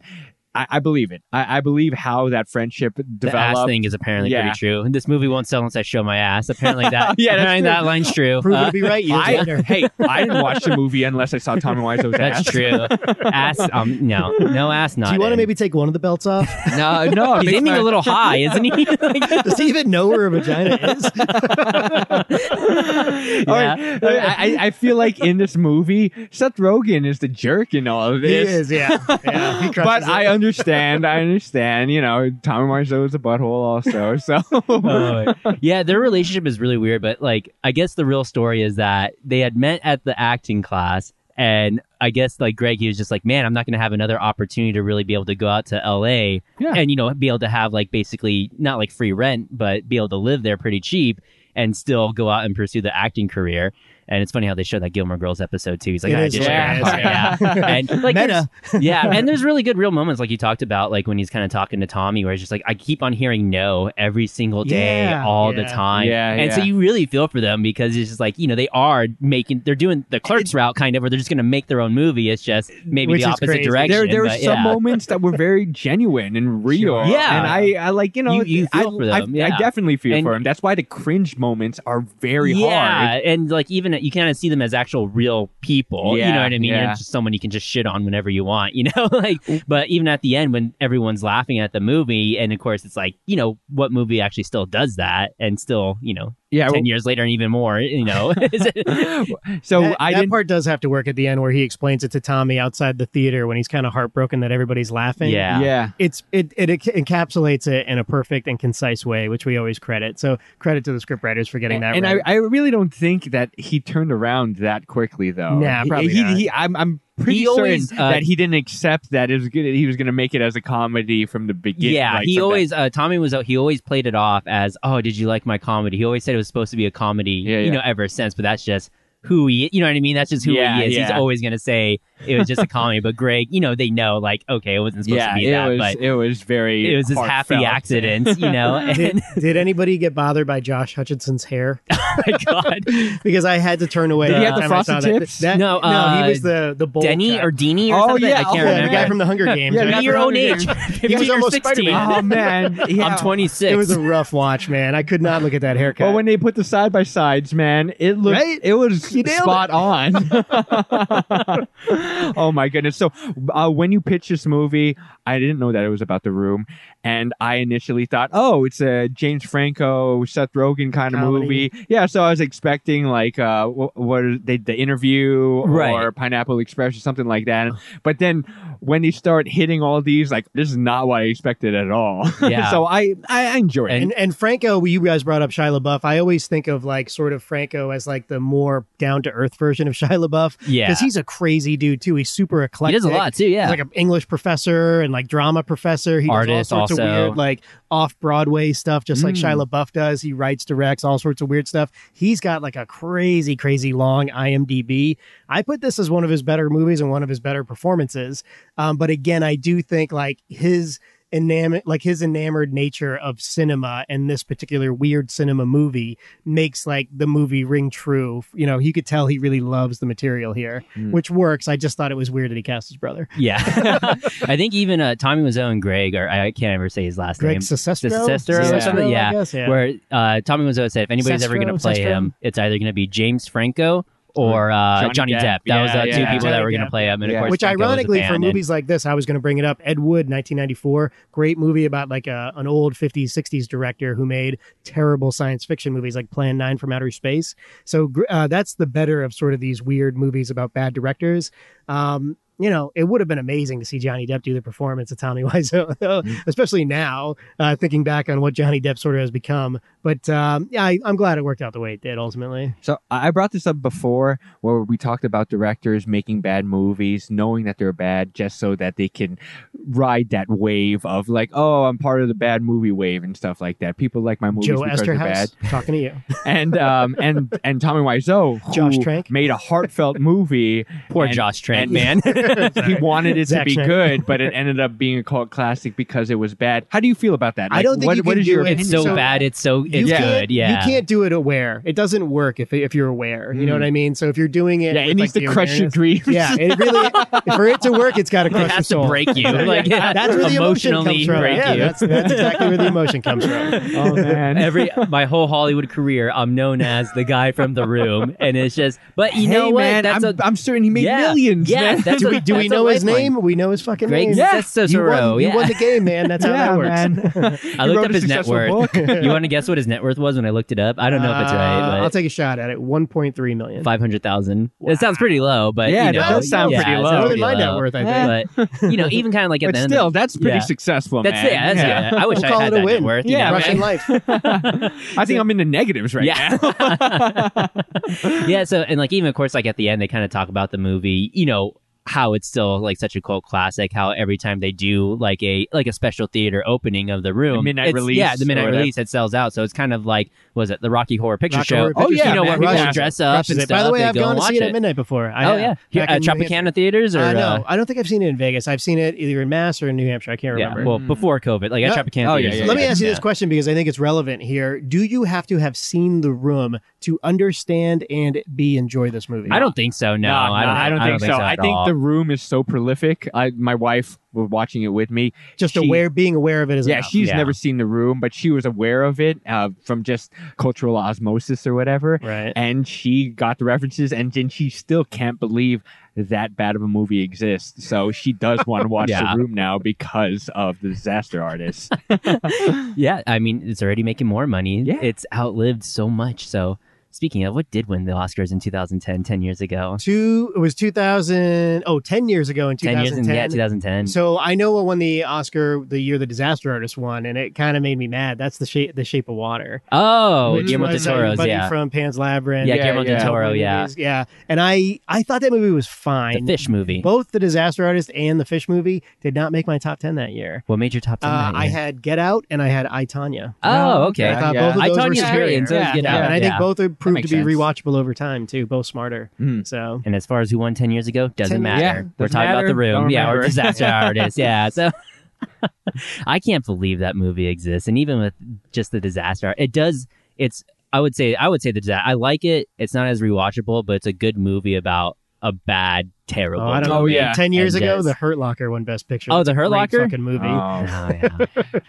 B: i, I believe it I, I believe how that friendship
A: The ass
B: developed
A: thing is apparently
B: Yeah.
A: pretty true. This movie won't sell unless I show my ass. Apparently that.
B: Yeah, that's
A: apparently
B: true.
A: that line's true.
C: Prove
A: Uh,
C: to be right. Years
B: I,
C: later.
B: hey, I didn't watch the movie unless I saw Tommy Wiseau's ass.
A: that's true. Ass. Um. No. No ass. Not.
C: Do you want to
A: in.
C: maybe take one of the belts off?
B: No, no,
A: He's aiming a little high, isn't he? Like-
C: Does he even know where a vagina is?
B: All right. I, I I feel like in this movie, Seth Rogen is the jerk in all of
C: he
B: this.
C: is, yeah. yeah he
B: but
C: crushes
B: I
C: it.
B: understand. I understand. You know, Tommy Wiseau is a butthole also. So
A: yeah, their relationship is really weird, but like I guess the real story is that they had met at the acting class and I guess like Greg he was just like, Man, I'm not gonna have another opportunity to really be able to go out to LA
B: Yeah.
A: and, you know, be able to have like basically not like free rent, but be able to live there pretty cheap and still go out and pursue the acting career. And it's funny how they showed that Gilmore Girls episode too. He's like,
C: It
A: "Ah, I
C: is
A: just yeah,
C: hilarious,
A: yeah. And like
C: Meta.
A: there's- yeah, and there's really good real moments like you talked about, like when he's kind of talking to Tommy, where it's just like I keep on hearing no every single day,
C: Yeah.
A: all the
C: Yeah.
A: time.
B: Yeah,
A: and so
B: yeah.
A: you really feel for them because it's just like you know they are making, they're doing the clerks route kind of, where they're just going to make their own movie. It's just maybe
C: Which
A: the
C: is
A: opposite
C: crazy.
A: direction.
B: there, there were
A: but
B: some
A: yeah.
B: moments that were very genuine and real.
C: Sure.
A: Yeah.
B: and I, I like you know,
A: You- you feel
B: I,
A: for
B: I,
A: them,
B: I
A: yeah.
B: definitely feel
A: And-
B: for him. That's why the cringe moments are very
A: yeah,
B: hard.
A: and like even you kind of see them as actual real people. you
B: Yeah,
A: know what I mean?
B: yeah.
A: You're just someone you can just shit on whenever you want. You know, like but even at the end when everyone's laughing at the movie, and of course it's like you know what movie actually still does that and still you know
B: Yeah,
A: ten years later and even more. You know, Is it-
B: so
C: that,
B: I
C: that
B: didn't.
C: part does have to work at the end where he explains it to Tommy outside the theater when he's kind of heartbroken that everybody's laughing.
A: Yeah.
B: yeah,
C: It's it, it encapsulates it in a perfect and concise way, which we always credit. So credit to the scriptwriters for getting that
B: and
C: right.
B: I, I really don't think that he turned around that quickly, though.
C: Nah,
B: He-
C: probably
B: he,
C: not.
B: He, I'm, I'm pretty
A: He
B: certain
A: always, uh,
B: that he didn't accept that it was good. He was going to make it as a comedy from the beginning.
A: yeah,
B: like,
A: he
B: from the-
A: always uh, Tommy was he always played it off as oh did you like my comedy? He always said it was supposed to be a comedy.
B: Yeah,
A: you
B: yeah.
A: know, ever since, but that's just who he. You know what I mean? That's just who
B: Yeah,
A: he is. He's
B: yeah.
A: always gonna say it was just a comedy. But Greg, you know, they know like okay, it wasn't supposed
B: yeah,
A: to be
B: it
A: that,
B: was.
A: but
B: it was very.
A: it was this happy
B: heartfelt.
A: accident. You know, and oh
C: did, did anybody get bothered by Josh Hutchinson's hair?
A: my God,
C: because I had to turn away.
B: Did he
C: every
B: have the
C: time I saw
B: frosted
C: that.
B: tips?
C: That-
A: No,
C: no,
A: uh,
C: he was the the bowl
A: Denny
C: cut.
A: or Deeni or
B: Oh,
A: something.
B: yeah,
A: I can't
B: oh,
C: yeah, the
A: remember.
C: guy from the Hunger Games.
B: Yeah,
C: right?
B: the guy
A: Be your
B: from
A: own
B: Hunger
A: age.
B: Games.
A: 15
C: was
A: or
C: almost
A: 16.
C: Spider-Man.
B: Oh man, yeah.
A: I'm 26.
C: It was a rough watch, man. I could not look at that haircut.
B: But when they put the side by sides, man, it looked
C: Right?
B: it was
C: You nailed
B: spot on. oh my goodness! So uh, when you pitched this movie, I didn't know that it was about the room, and I initially thought, oh, it's a James Franco, Seth Rogen kind of
C: Comedy.
B: movie. Yeah, so I was expecting like uh, wh- what is they, the interview or
A: Right.
B: Pineapple Express or something like that. But then when they start hitting all these, like this is not what I expected at all.
A: Yeah.
B: so I I I enjoyed it.
C: and, and Franco, you guys brought up Shia LaBeouf. I always think of like sort of Franco as like the more down to earth version of Shia LaBeouf.
A: Yeah.
C: because he's a crazy dude too. He's super
A: he
C: eclectic.
A: does a lot too. Yeah,
C: He's like an English professor and like drama professor. He
A: Artist
C: does all sorts
A: also. Hmm.
C: of weird like off Broadway stuff, just like
B: Mm.
C: Shia LaBeouf does. He writes, directs, all sorts of weird stuff. He's got like a crazy, crazy long IMDb. I put this as one of his better movies and one of his better performances. Um, but again, I do think like his enamored like his enamored nature of cinema and this particular weird cinema movie makes like the movie ring true you know you could tell he really loves the material here
A: Hmm.
B: Mm.
C: which works i just thought it was weird that he cast his brother
A: yeah. I think even uh, Tommy Wiseau and Greg, or I can't ever say his last
C: Greg
A: name.
C: Sesestro?
A: Sesestro
B: or
A: something?
C: I
A: Yeah.
C: guess, yeah.
A: where uh, Tommy Wiseau said if anybody's ever
C: Sestro,
A: going to play
C: Sestro?
A: him, it's either going to be James Franco or uh, Johnny,
B: Johnny Depp.
A: Depp. That was uh,
B: Yeah,
A: two
B: yeah.
A: people that
C: Johnny
A: were going
C: Depp.
A: to play him, and
B: Yeah.
A: of course,
C: Which
A: Franco was a
C: ironically, for
A: fan,
C: movies like this, I was going to bring it up. Ed Wood, 1994, great movie about like a, an old 50s, 60s director who made terrible science fiction movies like Plan 9 from Outer Space. So gr- uh, that's the better of sort of these weird movies about bad directors. Um, you know, it would have been amazing to see Johnny Depp do the performance of Tommy Wiseau, though,
B: Mm-hmm.
C: especially now, uh, thinking back on what Johnny Depp sort of has become. But um, yeah, I, I'm glad it worked out the way it did ultimately.
B: So I I brought this up before where we talked about directors making bad movies, knowing that they're bad just so that they can ride that wave of like, oh, I'm part of the bad movie wave and stuff like that. People like my movies
C: Joe
B: because they're bad.
C: Esterhouse talking to you.
B: And um and and Tommy Wiseau who
C: Josh Trank.
B: made a heartfelt movie.
A: Poor
B: and-
A: Josh Trank, man.
B: and- he wanted it to
C: Zack
B: be
C: Snyder.
B: good, but it ended up being a cult classic because it was bad. How do you feel about that?
C: I
B: Like,
C: don't think
B: what,
C: you
B: what
C: can
B: is
C: do
B: your
C: it.
B: opinion?
A: it's so
C: So,
A: bad. It's so it's
C: you
A: good.
C: can't-
A: Yeah. Mm.
C: You can't do it aware. It doesn't work if, if you're aware. You know what I mean? So if you're doing it.
B: Yeah,
C: with,
B: it needs
C: like,
B: to
C: the
B: crush your
C: awareness-
B: dreams.
C: Yeah, it really. for it to work, it's got to
A: it
C: crush your
A: has to
C: soul.
A: break you. Like
C: That's where the emotion
A: emotionally
C: comes from.
A: break
C: Yeah,
A: you.
C: that's, that's exactly where the emotion comes from.
B: Oh man.
A: Every my whole Hollywood career, I'm known as the guy from the room, and it's just. But you know
B: hey,
A: what?
B: Man,
A: that's
B: I'm,
A: a
B: I'm certain he made
A: yeah,
B: millions.
A: Yeah,
B: man.
A: That's
C: do
A: a,
C: we, do we
A: that's
C: know
A: a
C: his
A: lifeline.
C: name? We know his fucking
A: Greg
C: name.
A: yeah.
C: You won, you
A: yeah.
C: won the game, man. That's how that works.
A: I
B: He
A: looked
B: wrote
A: up
B: a
A: his net
B: successful
A: worth.
B: book.
A: you want to guess what his net worth was when I looked it up? I don't know if it's right,
C: Uh,
A: but
C: I'll take a shot at it. 1.3 million.
A: five hundred thousand. It sounds pretty low, but
B: Yeah,
A: you
B: it
A: know,
B: does sound
A: yeah,
B: pretty
A: it
B: low.
A: sounds
C: More
B: pretty
C: than my net
A: low.
C: worth, I think.
A: But you know, even kind of like at
B: But
A: the end
B: still,
A: of
B: that's pretty
A: yeah.
B: successful.
A: that's
B: man.
A: it. That's
B: yeah.
A: good. I wish
C: We'll
A: I
C: call
A: had
C: it a
A: that net
C: win.
A: worth. you
B: Yeah,
A: know?
C: Russian
B: man.
C: life.
B: I think I'm in the negatives right
A: yeah.
B: now.
A: yeah. So, and like, even of course, like at the end, they kind of talk about the movie, you know, how it's still like such a cult classic, how every time they do like a, like a special theater opening of the room,
B: The midnight
A: it's-
B: release
A: Yeah. The midnight
B: or that-
A: release, it sells out. So it's kind of like, was it the Rocky Horror Picture
C: Rocky
A: Show?
C: Horror
B: Oh,
C: Picture
B: yeah,
A: You know,
C: Show,
A: where
B: man,
A: people
B: yeah.
A: dress up
C: Rushes
A: and
C: it.
A: stuff.
C: By the way,
A: they
C: I've
A: go
C: gone
A: and
C: to see
A: watch
C: it at midnight before. I,
A: Oh
C: uh,
A: yeah, Here
C: back
A: at
C: in New Hampshire.
A: Tropicana theaters or
C: I
A: uh,
C: know. I don't think I've seen it in Vegas. I've seen it either in Mass or in New Hampshire. I can't
A: yeah,
C: remember.
A: well before COVID, like
C: Hmm. Yeah.
A: at Tropicana
B: Oh, yeah,
A: theaters.
B: yeah,
C: Let me
B: yeah.
C: ask you this question because I think it's relevant here. Do you have to have seen the room to understand and be enjoy this movie?
A: I don't think so. No,
B: Nah,
A: I, don't,
B: nah, I don't think so. I
A: at
B: think
A: all.
B: the room is so prolific. I, my wife was watching it with me.
C: just
B: She-
C: aware being aware of it is
B: Yeah,
C: enough.
B: she's
A: Yeah.
B: never seen the room, but she was aware of it uh, from just cultural osmosis or whatever.
C: right.
B: And she got the references, and then she still can't believe that bad of a movie exists. So she does want to watch
A: Yeah.
B: the room now because of the disaster artist.
A: Yeah, I mean, it's already making more money.
B: Yeah.
A: It's outlived so much. So, speaking of, what did win the Oscars in 2010, 10 years ago?
C: Two it was 2000 oh 10 years ago in
A: 10
C: 2010.
A: years in, yeah, 2010.
C: So I know what won the Oscar the year the Disaster Artist won, and it kind of made me mad. That's the shape, the Shape of Water.
A: oh,
C: which
A: Guillermo del
C: was that
A: Toro's,
C: buddy
A: yeah.
C: from Pan's Labyrinth.
A: Yeah, Guillermo del
B: yeah.
A: Toro, yeah.
C: movies, yeah. And I, I thought that movie was
A: The
C: fine.
A: Fish movie.
C: Both the Disaster Artist and the Fish movie did not make my top ten that year.
A: what made your top 10
C: Uh,
A: that
C: I
A: year?
C: had Get Out and I had I Tanya.
A: oh, okay.
C: I thought
B: yeah.
C: both of
A: I
C: those
A: Tonya
C: were
A: is
C: superior.
A: great, and so is Get
C: yeah,
A: Out,
C: And I
A: yeah.
C: think both are proved to
B: makes
C: be
B: sense.
C: rewatchable over time too. Both smarter.
A: Hmm.
B: Mm.
C: So
A: and as far as who won 10 years ago, doesn't
C: Ten-
A: matter.
B: yeah,
A: We're
B: doesn't
A: talking about
B: matter.
A: the room.
B: Don't
A: Yeah, or
B: remember.
A: Disaster Artist. Yeah. So I can't believe that movie exists. And even with just the disaster, Art- it does. It's, I would say, I would say the disaster. I like it. It's not as rewatchable, but it's a good movie about a bad, terrible.
C: oh, I don't
B: Oh,
C: know. man.
B: yeah.
C: Ten years
A: And
C: ago,
A: yes.
C: The Hurt Locker won Best Picture.
A: Oh,
C: That's
A: The
C: a
A: Hurt
C: great
A: Locker?
C: fucking
A: Oh,
C: movie.
B: Oh.
A: yeah.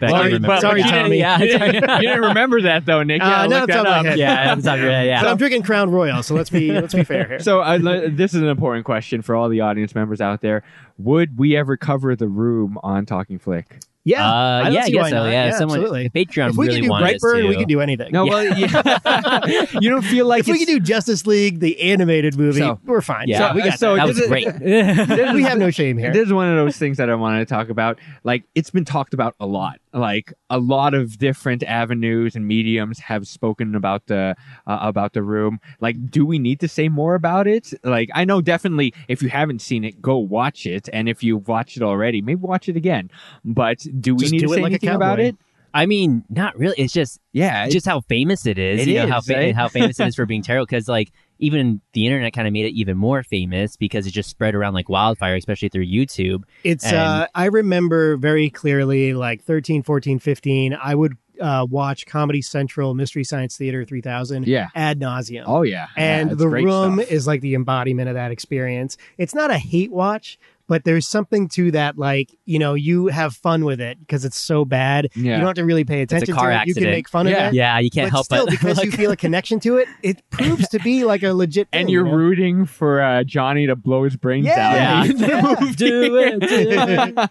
A: But
C: Sorry,
A: you
C: but- sorry,
A: you didn't-
C: Tommy.
A: Yeah,
B: you didn't remember that though, Nick.
C: Uh,
B: Yeah,
C: no,
B: look
C: it's
B: that
C: on my
B: up.
C: head.
A: yeah, it's not good, yeah.
C: But I'm drinking Crown Royal, so let's be let's be fair here.
B: So I, le- this is an important question for all the audience members out there. Would we ever cover the room on Talking Flick?
C: yeah,
A: Uh,
C: I don't
A: yeah, I
C: see
A: guess
C: why
A: so.
C: not.
A: Yeah, someone
C: absolutely.
A: Patreon
C: if we
A: really
C: could do
A: wanted us
C: Brightburn,
A: to.
C: we can do anything.
B: No, well, yeah. you don't feel like
C: if we
B: it's-
C: could do Justice League, the animated movie,
B: So-
C: we're fine.
A: Yeah.
C: we got
B: so
A: that was
B: this is-
A: great.
C: that. We have no shame here.
B: This is one of those things that I wanted to talk about. Like it's been talked about a lot. Like a lot of different avenues and mediums have spoken about the uh, about the room. Like, do we need to say more about it? Like, I know definitely if you haven't seen it, go watch it, and if you've watched it already, maybe watch it again. But do we
C: Just
B: need
C: do
B: to
C: it
B: say
C: like a
B: anything about
C: cowboy.
B: it?
A: I mean, not really. It's just
B: Yeah,
A: just how famous it is.
B: It
A: you know how
B: is, right?
A: how famous it is for being terrible. Because like even the internet kind of made it even more famous because it just spread around like wildfire, especially through YouTube.
C: It's
A: And-
C: uh I remember very clearly like 13, 14, 15, I would uh watch Comedy Central, Mystery Science Theater 3000
B: yeah.
C: ad nauseum.
B: Oh yeah,
C: and
B: Yeah, it's
C: the
B: great
C: room
B: stuff.
C: is like the embodiment of that experience. It's not a hate watch, but there's something to that like, you know, you have fun with it because it's so bad.
B: Yeah.
C: You don't have to really pay
A: a
C: attention
A: car
C: to it. You
A: accident.
C: can make fun
B: Yeah.
C: of it.
A: Yeah, you can't
C: but
A: help
C: still,
A: but
C: because you feel a connection to it, it proves to be like a legit thing,
B: and you're
C: you know?
B: rooting for uh, Johnny to blow his brains
C: Yeah.
B: out.
A: Yeah. Do it, do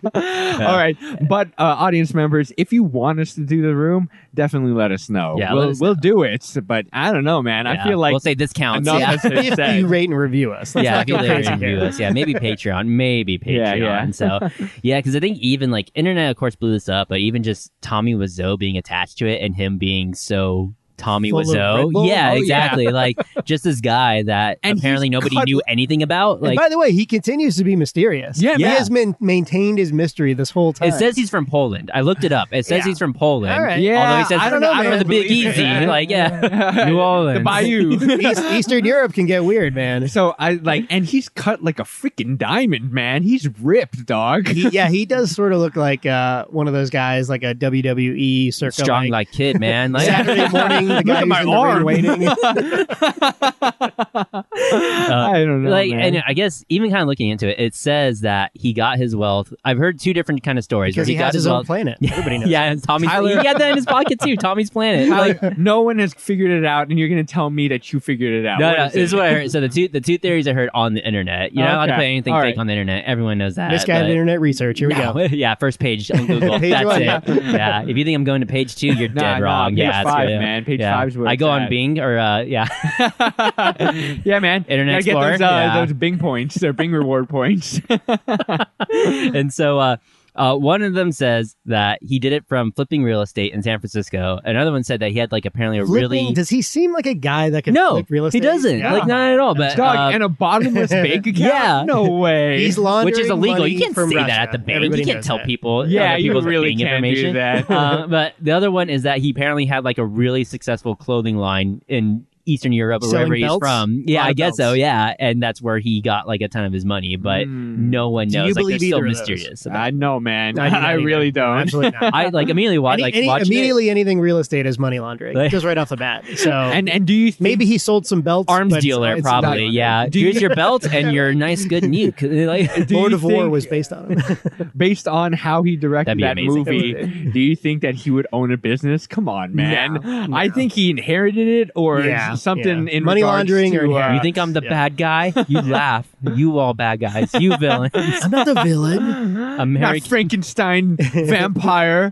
A: it.
B: All right, but uh, audience members, if you want us to do the room, definitely let us know.
A: Yeah, let
B: we'll
A: us
B: we'll do it. But I don't know, man.
A: Yeah.
B: I feel like
A: we'll say this counts.
B: enough
A: Yeah.
B: has been
C: if
B: said.
C: you rate and review us. Let's
A: Yeah,
C: not
A: if you
C: go
A: later
C: crazy
A: review
C: here.
A: us. Yeah, maybe Patreon, baby
B: Yeah,
A: Patreon.
B: yeah.
A: so yeah, because I think even like internet, of course, blew this up, but even just Tommy Wiseau being attached to it and him being so Tommy
C: Full of Red
A: Wiseau,
C: Bull?
A: yeah,
B: Oh, yeah.
A: exactly. Like just this guy that
B: And
A: apparently
B: he's
A: nobody
B: cut-
A: knew anything about.
C: and
A: Like
C: by the way, he continues to be mysterious.
B: Yeah,
C: he
A: man.
C: has been maintained his mystery this whole time.
A: it says he's from Poland. I looked it up. It says
C: Yeah.
A: he's from Poland.
C: All right.
B: Yeah,
A: Although he says
B: I don't know,
A: I'm
B: man.
A: from the Big
B: Believe
A: Easy.
B: it.
A: Like yeah, New Orleans,
B: the Bayou.
C: East, Eastern Europe can get weird, man.
B: so I like, and he's cut like a freaking diamond, man. He's ripped, dog.
C: He, yeah, he does sort of look like uh, one of those guys, like a WWE circa
A: strong
C: like,
A: like kid, man. Like
C: Saturday morning. The
B: Look
C: guy
B: at
C: who's
B: my
C: in the ring
B: arm.
C: waiting.
B: I don't know,
A: uh, like
B: man.
A: and i guess even kind of looking into it it says that he got his wealth i've heard two different kind of stories where
C: because he,
A: got
C: has his own
A: wealth
C: planet. Everybody knows.
A: yeah, and Tommy's.
B: Tyler-
A: He had that in his pocket too. Tommy's planet. Like,
B: Like, no one has figured it out, and you're gonna tell me that you figured it out.
A: no,
B: What
A: no,
B: is
A: this is
B: it?
A: what I heard. So the two the two theories I heard on the internet. You're not allowed to
B: Okay.
A: play anything
B: All
A: fake
B: right.
A: on the internet. Everyone knows that.
C: This guy
A: but-
C: did internet research. Here we
A: No,
C: go.
A: yeah, first page on Google.
C: Page
A: That's
C: one.
A: it. Yeah, if you think I'm going to page two, you're
B: Nah,
A: dead
B: nah,
A: wrong.
B: page
A: yeah, it's-
B: five,
A: yeah.
B: man. Page
A: yeah.
B: five's where
A: I
B: it's
A: go on
B: at.
A: Bing or uh, yeah,
B: yeah, man.
A: Internet
B: Gotta get those, uh,
A: Explorer, yeah. Uh,
B: those Bing points or Bing reward points.
A: and so uh, uh, one of them says that he did it from flipping real estate in San Francisco. Another one said that he had like apparently a
C: Flipping-
A: really
C: Does he seem like a guy that can
A: no,
C: flip real estate?
A: he doesn't
C: Yeah.
A: like not at all. But
B: Dog
A: uh,
B: and a bottomless bank account.
A: yeah.
B: no way.
C: He's laundering
A: which is illegal. You
C: money
A: can't
C: from
A: say that
C: Russia.
A: at the bank.
C: Everybody
A: you can't
C: knows
A: tell
C: that.
A: people.
B: yeah,
A: other
B: you
A: people's
B: really
A: bank
B: can
A: information.
B: do that.
A: Uh, but the other one is that he apparently had like a really successful clothing line in Eastern Europe or
C: Selling
A: wherever he's
C: belts?
A: from.
C: Lot
A: Yeah, I
C: of
A: guess so.
C: belts.
A: Yeah, and that's where he got like a ton of his money, but
B: Mm.
A: no one
C: Do you
A: knows. like
C: believe
A: they're still
C: either of those?
A: mysterious. about it.
B: I know, man.
C: I do not
B: I,
C: either.
B: really don't.
C: Absolutely not.
A: I like immediately watch
C: Any-
A: like
C: any-
A: watching it-
C: immediately anything real estate is money laundering
A: Like-
C: just right off the bat. So
B: And and do you think
C: maybe he sold some belts.
A: arms
C: but it's-
A: dealer,
C: it's not
A: probably.
C: money.
A: Yeah,
B: Do
A: here's
B: you-
A: your belt and your nice good nuke. Like,
B: do
C: Lord
B: you
C: of War
B: think,
C: was based on him.
B: based on how he
A: That'd
B: directed
A: be
B: that
A: amazing.
B: movie? do you think that he would own a business? Come on, man.
C: No, no.
B: I think he inherited it or
C: Yeah,
B: something
C: yeah.
B: in
C: Money
B: regards
C: laundering
B: to,
C: or
B: uh,
C: inheritance.
A: you think I'm the
C: Yeah.
A: bad guy? You laugh. You all bad guys. You villains.
C: I'm not the villain.
B: not
A: American.
B: Frankenstein vampire.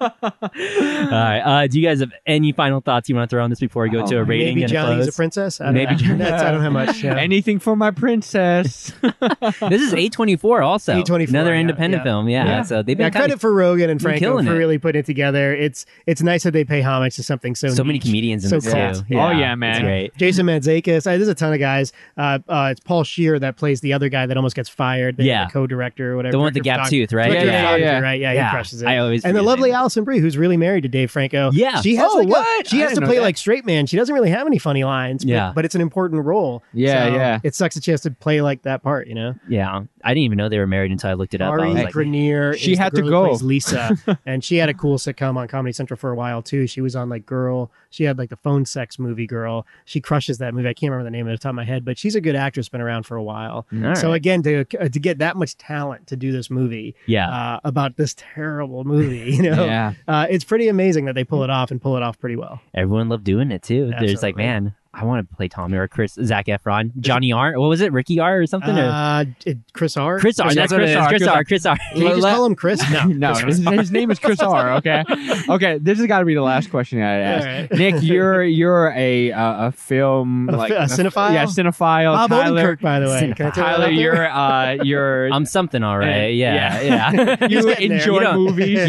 A: All right. Uh, do you guys have any final thoughts you want to throw on this before we go to a rating
C: Maybe
A: and
C: Johnny's
A: a
C: a princess. I don't
A: Maybe
C: know.
A: Johnny-
C: That's- I don't have much. Yeah.
B: Anything for my princess.
A: close? This is A24 also.
C: A24,
A: Another
C: yeah,
A: independent
C: yeah.
A: film. Yeah.
B: Yeah.
A: So they've
C: Now,
A: been kind
C: credit for Rogan and
A: been
C: Franco
A: killing
C: for
A: it.
C: really putting it together. It's it's nice that they pay homage to something so
A: of so many
C: niche.
A: comedians in
C: So
A: this
C: cult.
A: too.
B: Oh, yeah,
A: It's
B: man.
A: great.
C: Jason Mantzakis. I, there's a ton of guys. Uh, uh, it's Paul Shear that plays the other guy that almost gets fired. The,
A: Yeah.
C: the co-director or whatever.
A: The one with the
C: director of
A: gap
C: photog-
A: tooth, right?
C: director of
B: Yeah, yeah,
C: photography,
B: yeah.
C: Right? Yeah,
A: Yeah.
C: he crushes it.
A: I always
C: and the
A: forget his
C: lovely
A: name.
C: Alison Brie, who's really married to Dave Franco.
A: Yeah.
C: she has
B: Oh,
C: like a-
B: what?
C: she
B: I
C: has to
B: didn't know
C: play
B: that.
C: like straight man. She doesn't really have any funny lines. but-
A: Yeah.
C: but, it's an important role.
B: Yeah,
C: So
B: yeah.
C: It sucks that she has to play like that part. You know,
A: Yeah. I didn't even know they were married until I looked it up. I
C: Ari
A: was like,
C: Grenier.
B: She
C: is the
B: had to
C: girl who
B: go.
C: plays Lisa, and she had a cool sitcom on Comedy Central for a while too. She was on like Girl. She had like the phone sex movie Girl. She crushes that movie. I can't remember the name at the top of my head, but she's a good actress. Been around for a while.
A: all right.
C: So again, to uh, to get that much talent to do this movie
A: yeah.
C: uh, about this terrible movie, you know,
B: Yeah.
C: uh, it's pretty amazing that they pull it off and pull it off pretty well.
A: Everyone loved doing it too. There's like,
C: Absolutely.
A: man, I want to play Tommy or Chris, Zach Efron, Johnny R. What was it? Ricky R. or something? or
C: Uh, d- Chris R.
A: Chris R.
B: Chris-
A: That's
B: yeah,
A: what it
B: Chris
A: is.
B: R,
A: Chris
B: Chris
A: R.
B: R.
A: Chris R.
C: Can you just call him Chris? No,
B: no, his, his name is Chris R. Okay, okay. This has got to be the last question I ask.
C: All right.
B: Nick, you're you're a uh, a film
C: A
B: like
C: fi- a cinephile?
B: Yeah, cinephile.
C: Bob
B: Tyler,
C: Odenkirk, by the way. Can I throw that out
B: Tyler,
C: there?
B: you're uh, you're
A: I'm something, all right. Yeah, yeah.
C: He's
B: you
C: getting there.
B: enjoy
A: You don't-
B: movies.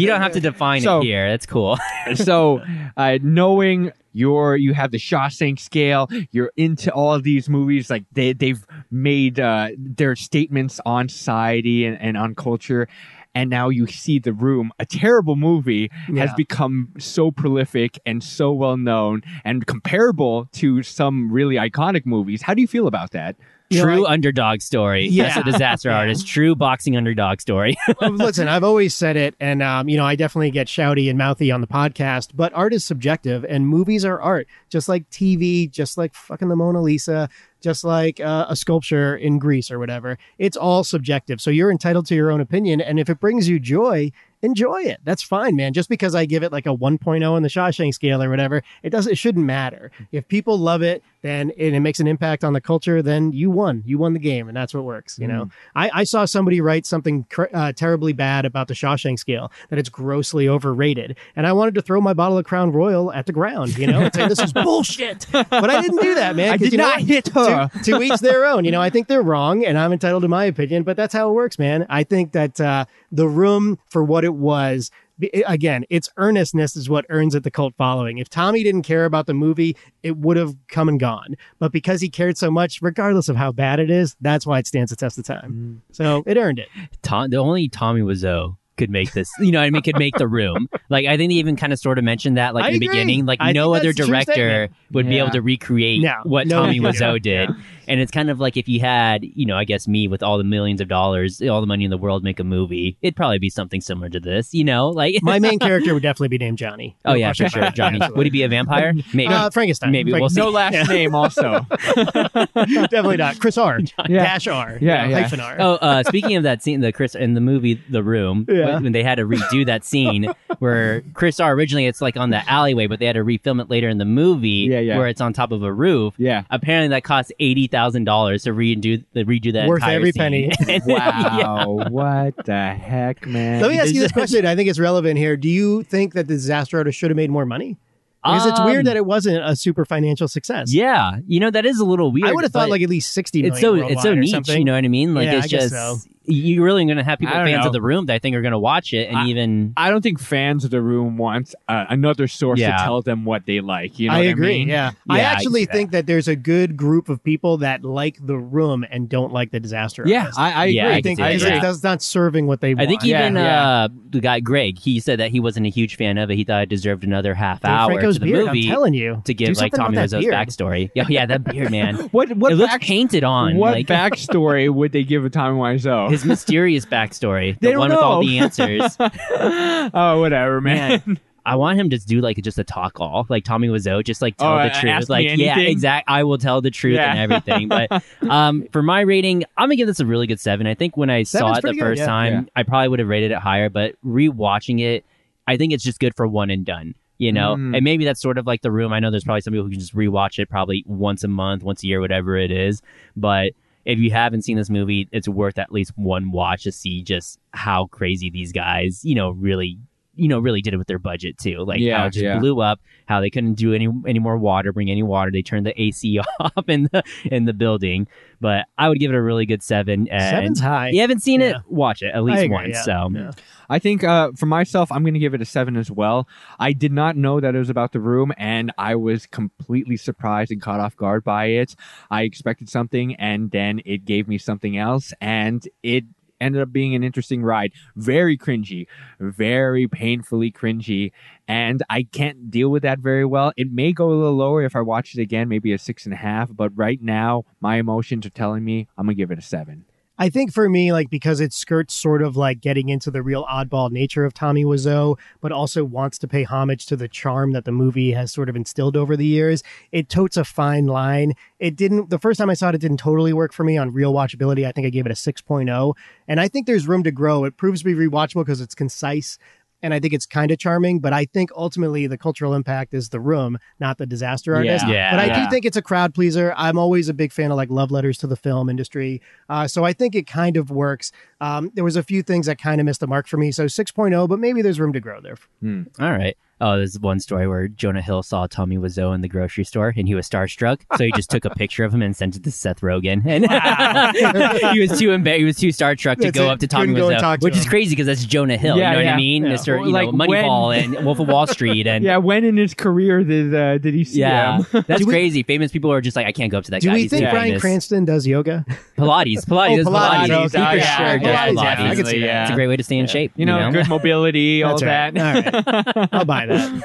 A: you don't have to define
B: So-
A: it here. That's cool.
B: so uh, knowing your you have the Shawshank scale, you're into all of these movies. Like they they've made uh, their statements on society and, and on culture. And now you see the room. A terrible movie has
C: Yeah.
B: become so prolific and so well known and comparable to some really iconic movies. How do you feel about that?
C: You know,
A: true underdog story.
C: Yeah.
A: That's a disaster artist. True boxing underdog story.
C: Well, Listen, I've always said it, and um, you know, I definitely get shouty and mouthy on the podcast. But art is subjective, and movies are art, just like TV, just like fucking the Mona Lisa, just like uh, a sculpture in Greece or whatever. It's all subjective, so you're entitled to your own opinion. And if it brings you joy enjoy it. That's fine, man. Just because I give it like a 1.0 on the Shawshank scale or whatever, it does it shouldn't matter. If people love it, then and it makes an impact on the culture, then you won. You won the game, and that's what works. You know, I, I saw somebody write something cr- uh, terribly bad about the Shawshank scale that it's grossly overrated, and I wanted to throw my bottle of Crown Royal at the ground. You know, and say this is bullshit. But I didn't do that, man.
B: I
C: 'cause
B: did
C: you know
B: not
C: what?
B: hit her.
C: to, to each their own. You know, I think they're wrong, and I'm entitled to my opinion, but that's how it works, man. I think that uh, the room for what it was. b- Again, its earnestness is what earns it the cult following. If Tommy didn't care about the movie, it would have come and gone. But because he cared so much, regardless of how bad it is, that's why it stands the test of time.
A: Mm.
C: So it earned it.
A: Tom, the only Tommy Wiseau could make this. You know, what I mean, could make the room. Like I think they even kind of sort of mentioned that, like
C: I
A: in the
C: agree.
A: beginning, like
C: I
A: no
C: think
A: other
C: that's a true
A: director
C: statement.
A: would be
B: Yeah.
A: able to recreate
C: No,
A: what
C: no
A: Tommy
C: one could.
A: Wiseau did. And it's kind of like if you had, you know, I guess me with all the millions of dollars, all the money in the world, make a movie. It'd probably be something similar to this. You know, like
C: My main character would definitely be named Johnny.
A: oh yeah, for sure, Johnny. Would he be a vampire? Maybe.
C: Uh, Frankenstein.
A: Maybe we'll
C: Frankenstein.
A: see.
B: No last name, also.
C: definitely not. Chris R.
B: Yeah.
C: Dash R.
B: Yeah,
C: you know,
B: yeah.
C: Hyphen R.
A: oh, uh, speaking of that scene, the Chris in the movie The Room,
C: Yeah.
A: when, when they had to redo that scene where Chris R originally it's like on the alleyway, but they had to refilm it later in the movie
B: Yeah, yeah.
A: where it's on top of a roof.
B: Yeah.
A: Apparently, that cost eighty thousand dollars to redo the redo that
C: Worth
A: entire
C: every
A: scene.
C: penny.
B: Wow. What the heck, man?
C: Let me ask you this question. I think it's relevant here. Do you think that the disaster artist should have made more money? Because it's
A: Um,
C: weird that it wasn't a super financial success.
A: Yeah, you know that is a little weird.
C: I would have thought
A: but
C: like at least sixty million.
A: it's so it's so
C: worldwide or
A: niche.
C: something.
A: You know what I mean? Like
C: Yeah,
A: it's
C: I guess
A: just
C: so.
A: you're really going to have people
B: I don't
A: fans
B: know.
A: of The Room that I think are going to watch it and
B: I-
A: even
B: I don't think fans of the room want uh, another source
A: Yeah.
B: to tell them what they like. You know
C: I
B: what
C: agree.
B: I mean?
C: Yeah.
A: Yeah,
C: I
A: I
C: actually
A: see that.
C: think that there's a good group of people that like the room and don't like the disaster.
B: Yeah,
C: artist.
B: I, I
A: Yeah,
B: agree.
A: I
C: I think
A: see that,
C: because
A: yeah.
C: it does not serving what they want.
A: I think
B: Yeah,
A: even
B: yeah.
A: uh, the guy Greg, he said that he wasn't a huge fan of it. He thought it deserved another half
C: Dave
A: hour
C: Franco's
A: to the
C: beard,
A: movie
C: I'm telling you,
A: to
C: Do
A: give like
C: something about
A: Tommy
C: that
A: Wiseau's
C: beard.
A: backstory. Yeah, yeah, that beard, man.
B: What what
A: it looks
B: back,
A: painted on.
B: what
A: like
B: backstory would they give a Oh. Tommy
A: his
B: Wiseau?
A: mysterious backstory,
B: They
A: the
B: don't
A: one with all
B: know.
A: the answers.
B: oh, whatever, man.
A: Man, I want him to do like just a talk all, like Tommy Wiseau, just like tell
B: Oh,
A: the
B: uh,
A: truth.
B: ask me
A: like, yeah,
B: anything?
A: exact. I will tell the truth
B: Yeah.
A: and everything. But um, for my rating, I'm gonna give this a really good seven. I think when I saw
B: Seven's
A: it the
B: pretty good,
A: first
B: yeah.
A: time,
B: Yeah.
A: I probably would have rated it higher. But rewatching it, I think it's just good for one and done. You know,
B: Mm.
A: and maybe that's sort of like the room. I know there's probably some people who can just rewatch it probably once a month, once a year, whatever it is. But if you haven't seen this movie, it's worth at least one watch to see just how crazy these guys, you know, really, you know, really did it with their budget too. Like
B: Yeah,
A: how it just
B: yeah.
A: blew up, how they couldn't do any any more water, bring any water. They turned the AC off in the in the building. But I would give it a really good seven. And
C: Seven's high.
A: if you haven't seen it,
C: Yeah.
A: watch it at
C: I
A: least
C: agree,
A: once.
C: yeah,
A: So
C: yeah.
B: I think uh, for myself, I'm going to give it a seven as well. I did not know that it was about the room, and I was completely surprised and caught off guard by it. I expected something, and then it gave me something else, and it ended up being an interesting ride. Very cringy, very painfully cringy, and I can't deal with that very well. It may go a little lower if I watch it again, maybe a six and a half, but right now, my emotions are telling me I'm going to give it a seven.
C: I think for me, like because it skirts sort of like getting into the real oddball nature of Tommy Wiseau, but also wants to pay homage to the charm that the movie has sort of instilled over the years. It totes a fine line. It didn't the first time I saw it, it didn't totally work for me on real watchability. I think I gave it a 6.0. And I think there's room to grow. It proves to be rewatchable because it's concise. And I think it's kind of charming, but I think ultimately the cultural impact is the room, not the disaster artist.
A: Yeah.
C: but I
B: Yeah.
C: do think it's a crowd pleaser. I'm always a big fan of like love letters to the film industry. Uh, so I think it kind of works. Um, there was a few things that kind of missed the mark for me. So 6.0, but maybe there's room to grow there.
A: All right. Oh, there's one story where Jonah Hill saw Tommy Wiseau in the grocery store and he was starstruck. So he just took a picture of him and sent it to Seth Rogen. And he was too embarrassed. He was too starstruck to
C: That's
A: go
C: it.
A: up to Tommy
C: Couldn't go and talk
A: Wiseau,
C: to
A: which is
C: him.
A: crazy because that's Jonah Hill.
B: Yeah,
A: you know what
B: yeah.
A: I mean?
C: Yeah.
A: Mr. You
B: Like,
A: know,
B: when-
A: Moneyball and Wolf of Wall Street. And
B: Yeah, when in his career did uh, did he see
A: Yeah.
B: him?
A: that's
C: Do we-
A: crazy. Famous people are just like, I can't go up to that
C: Do
A: guy.
C: we
A: He's
C: think
A: too
C: Brian
A: famous.
C: Cranston does yoga?
A: Pilates, Pilates,
C: Oh,
A: Pilates, Pilates.
C: Pilates.
A: He
B: Yeah,
A: for
B: yeah,
A: sure does
B: yeah,
A: Pilates.
B: yeah, I can see
A: It's
B: that.
A: a great way to stay in shape.
B: you know, good mobility, all that.
C: That's right. All right. I'll buy that.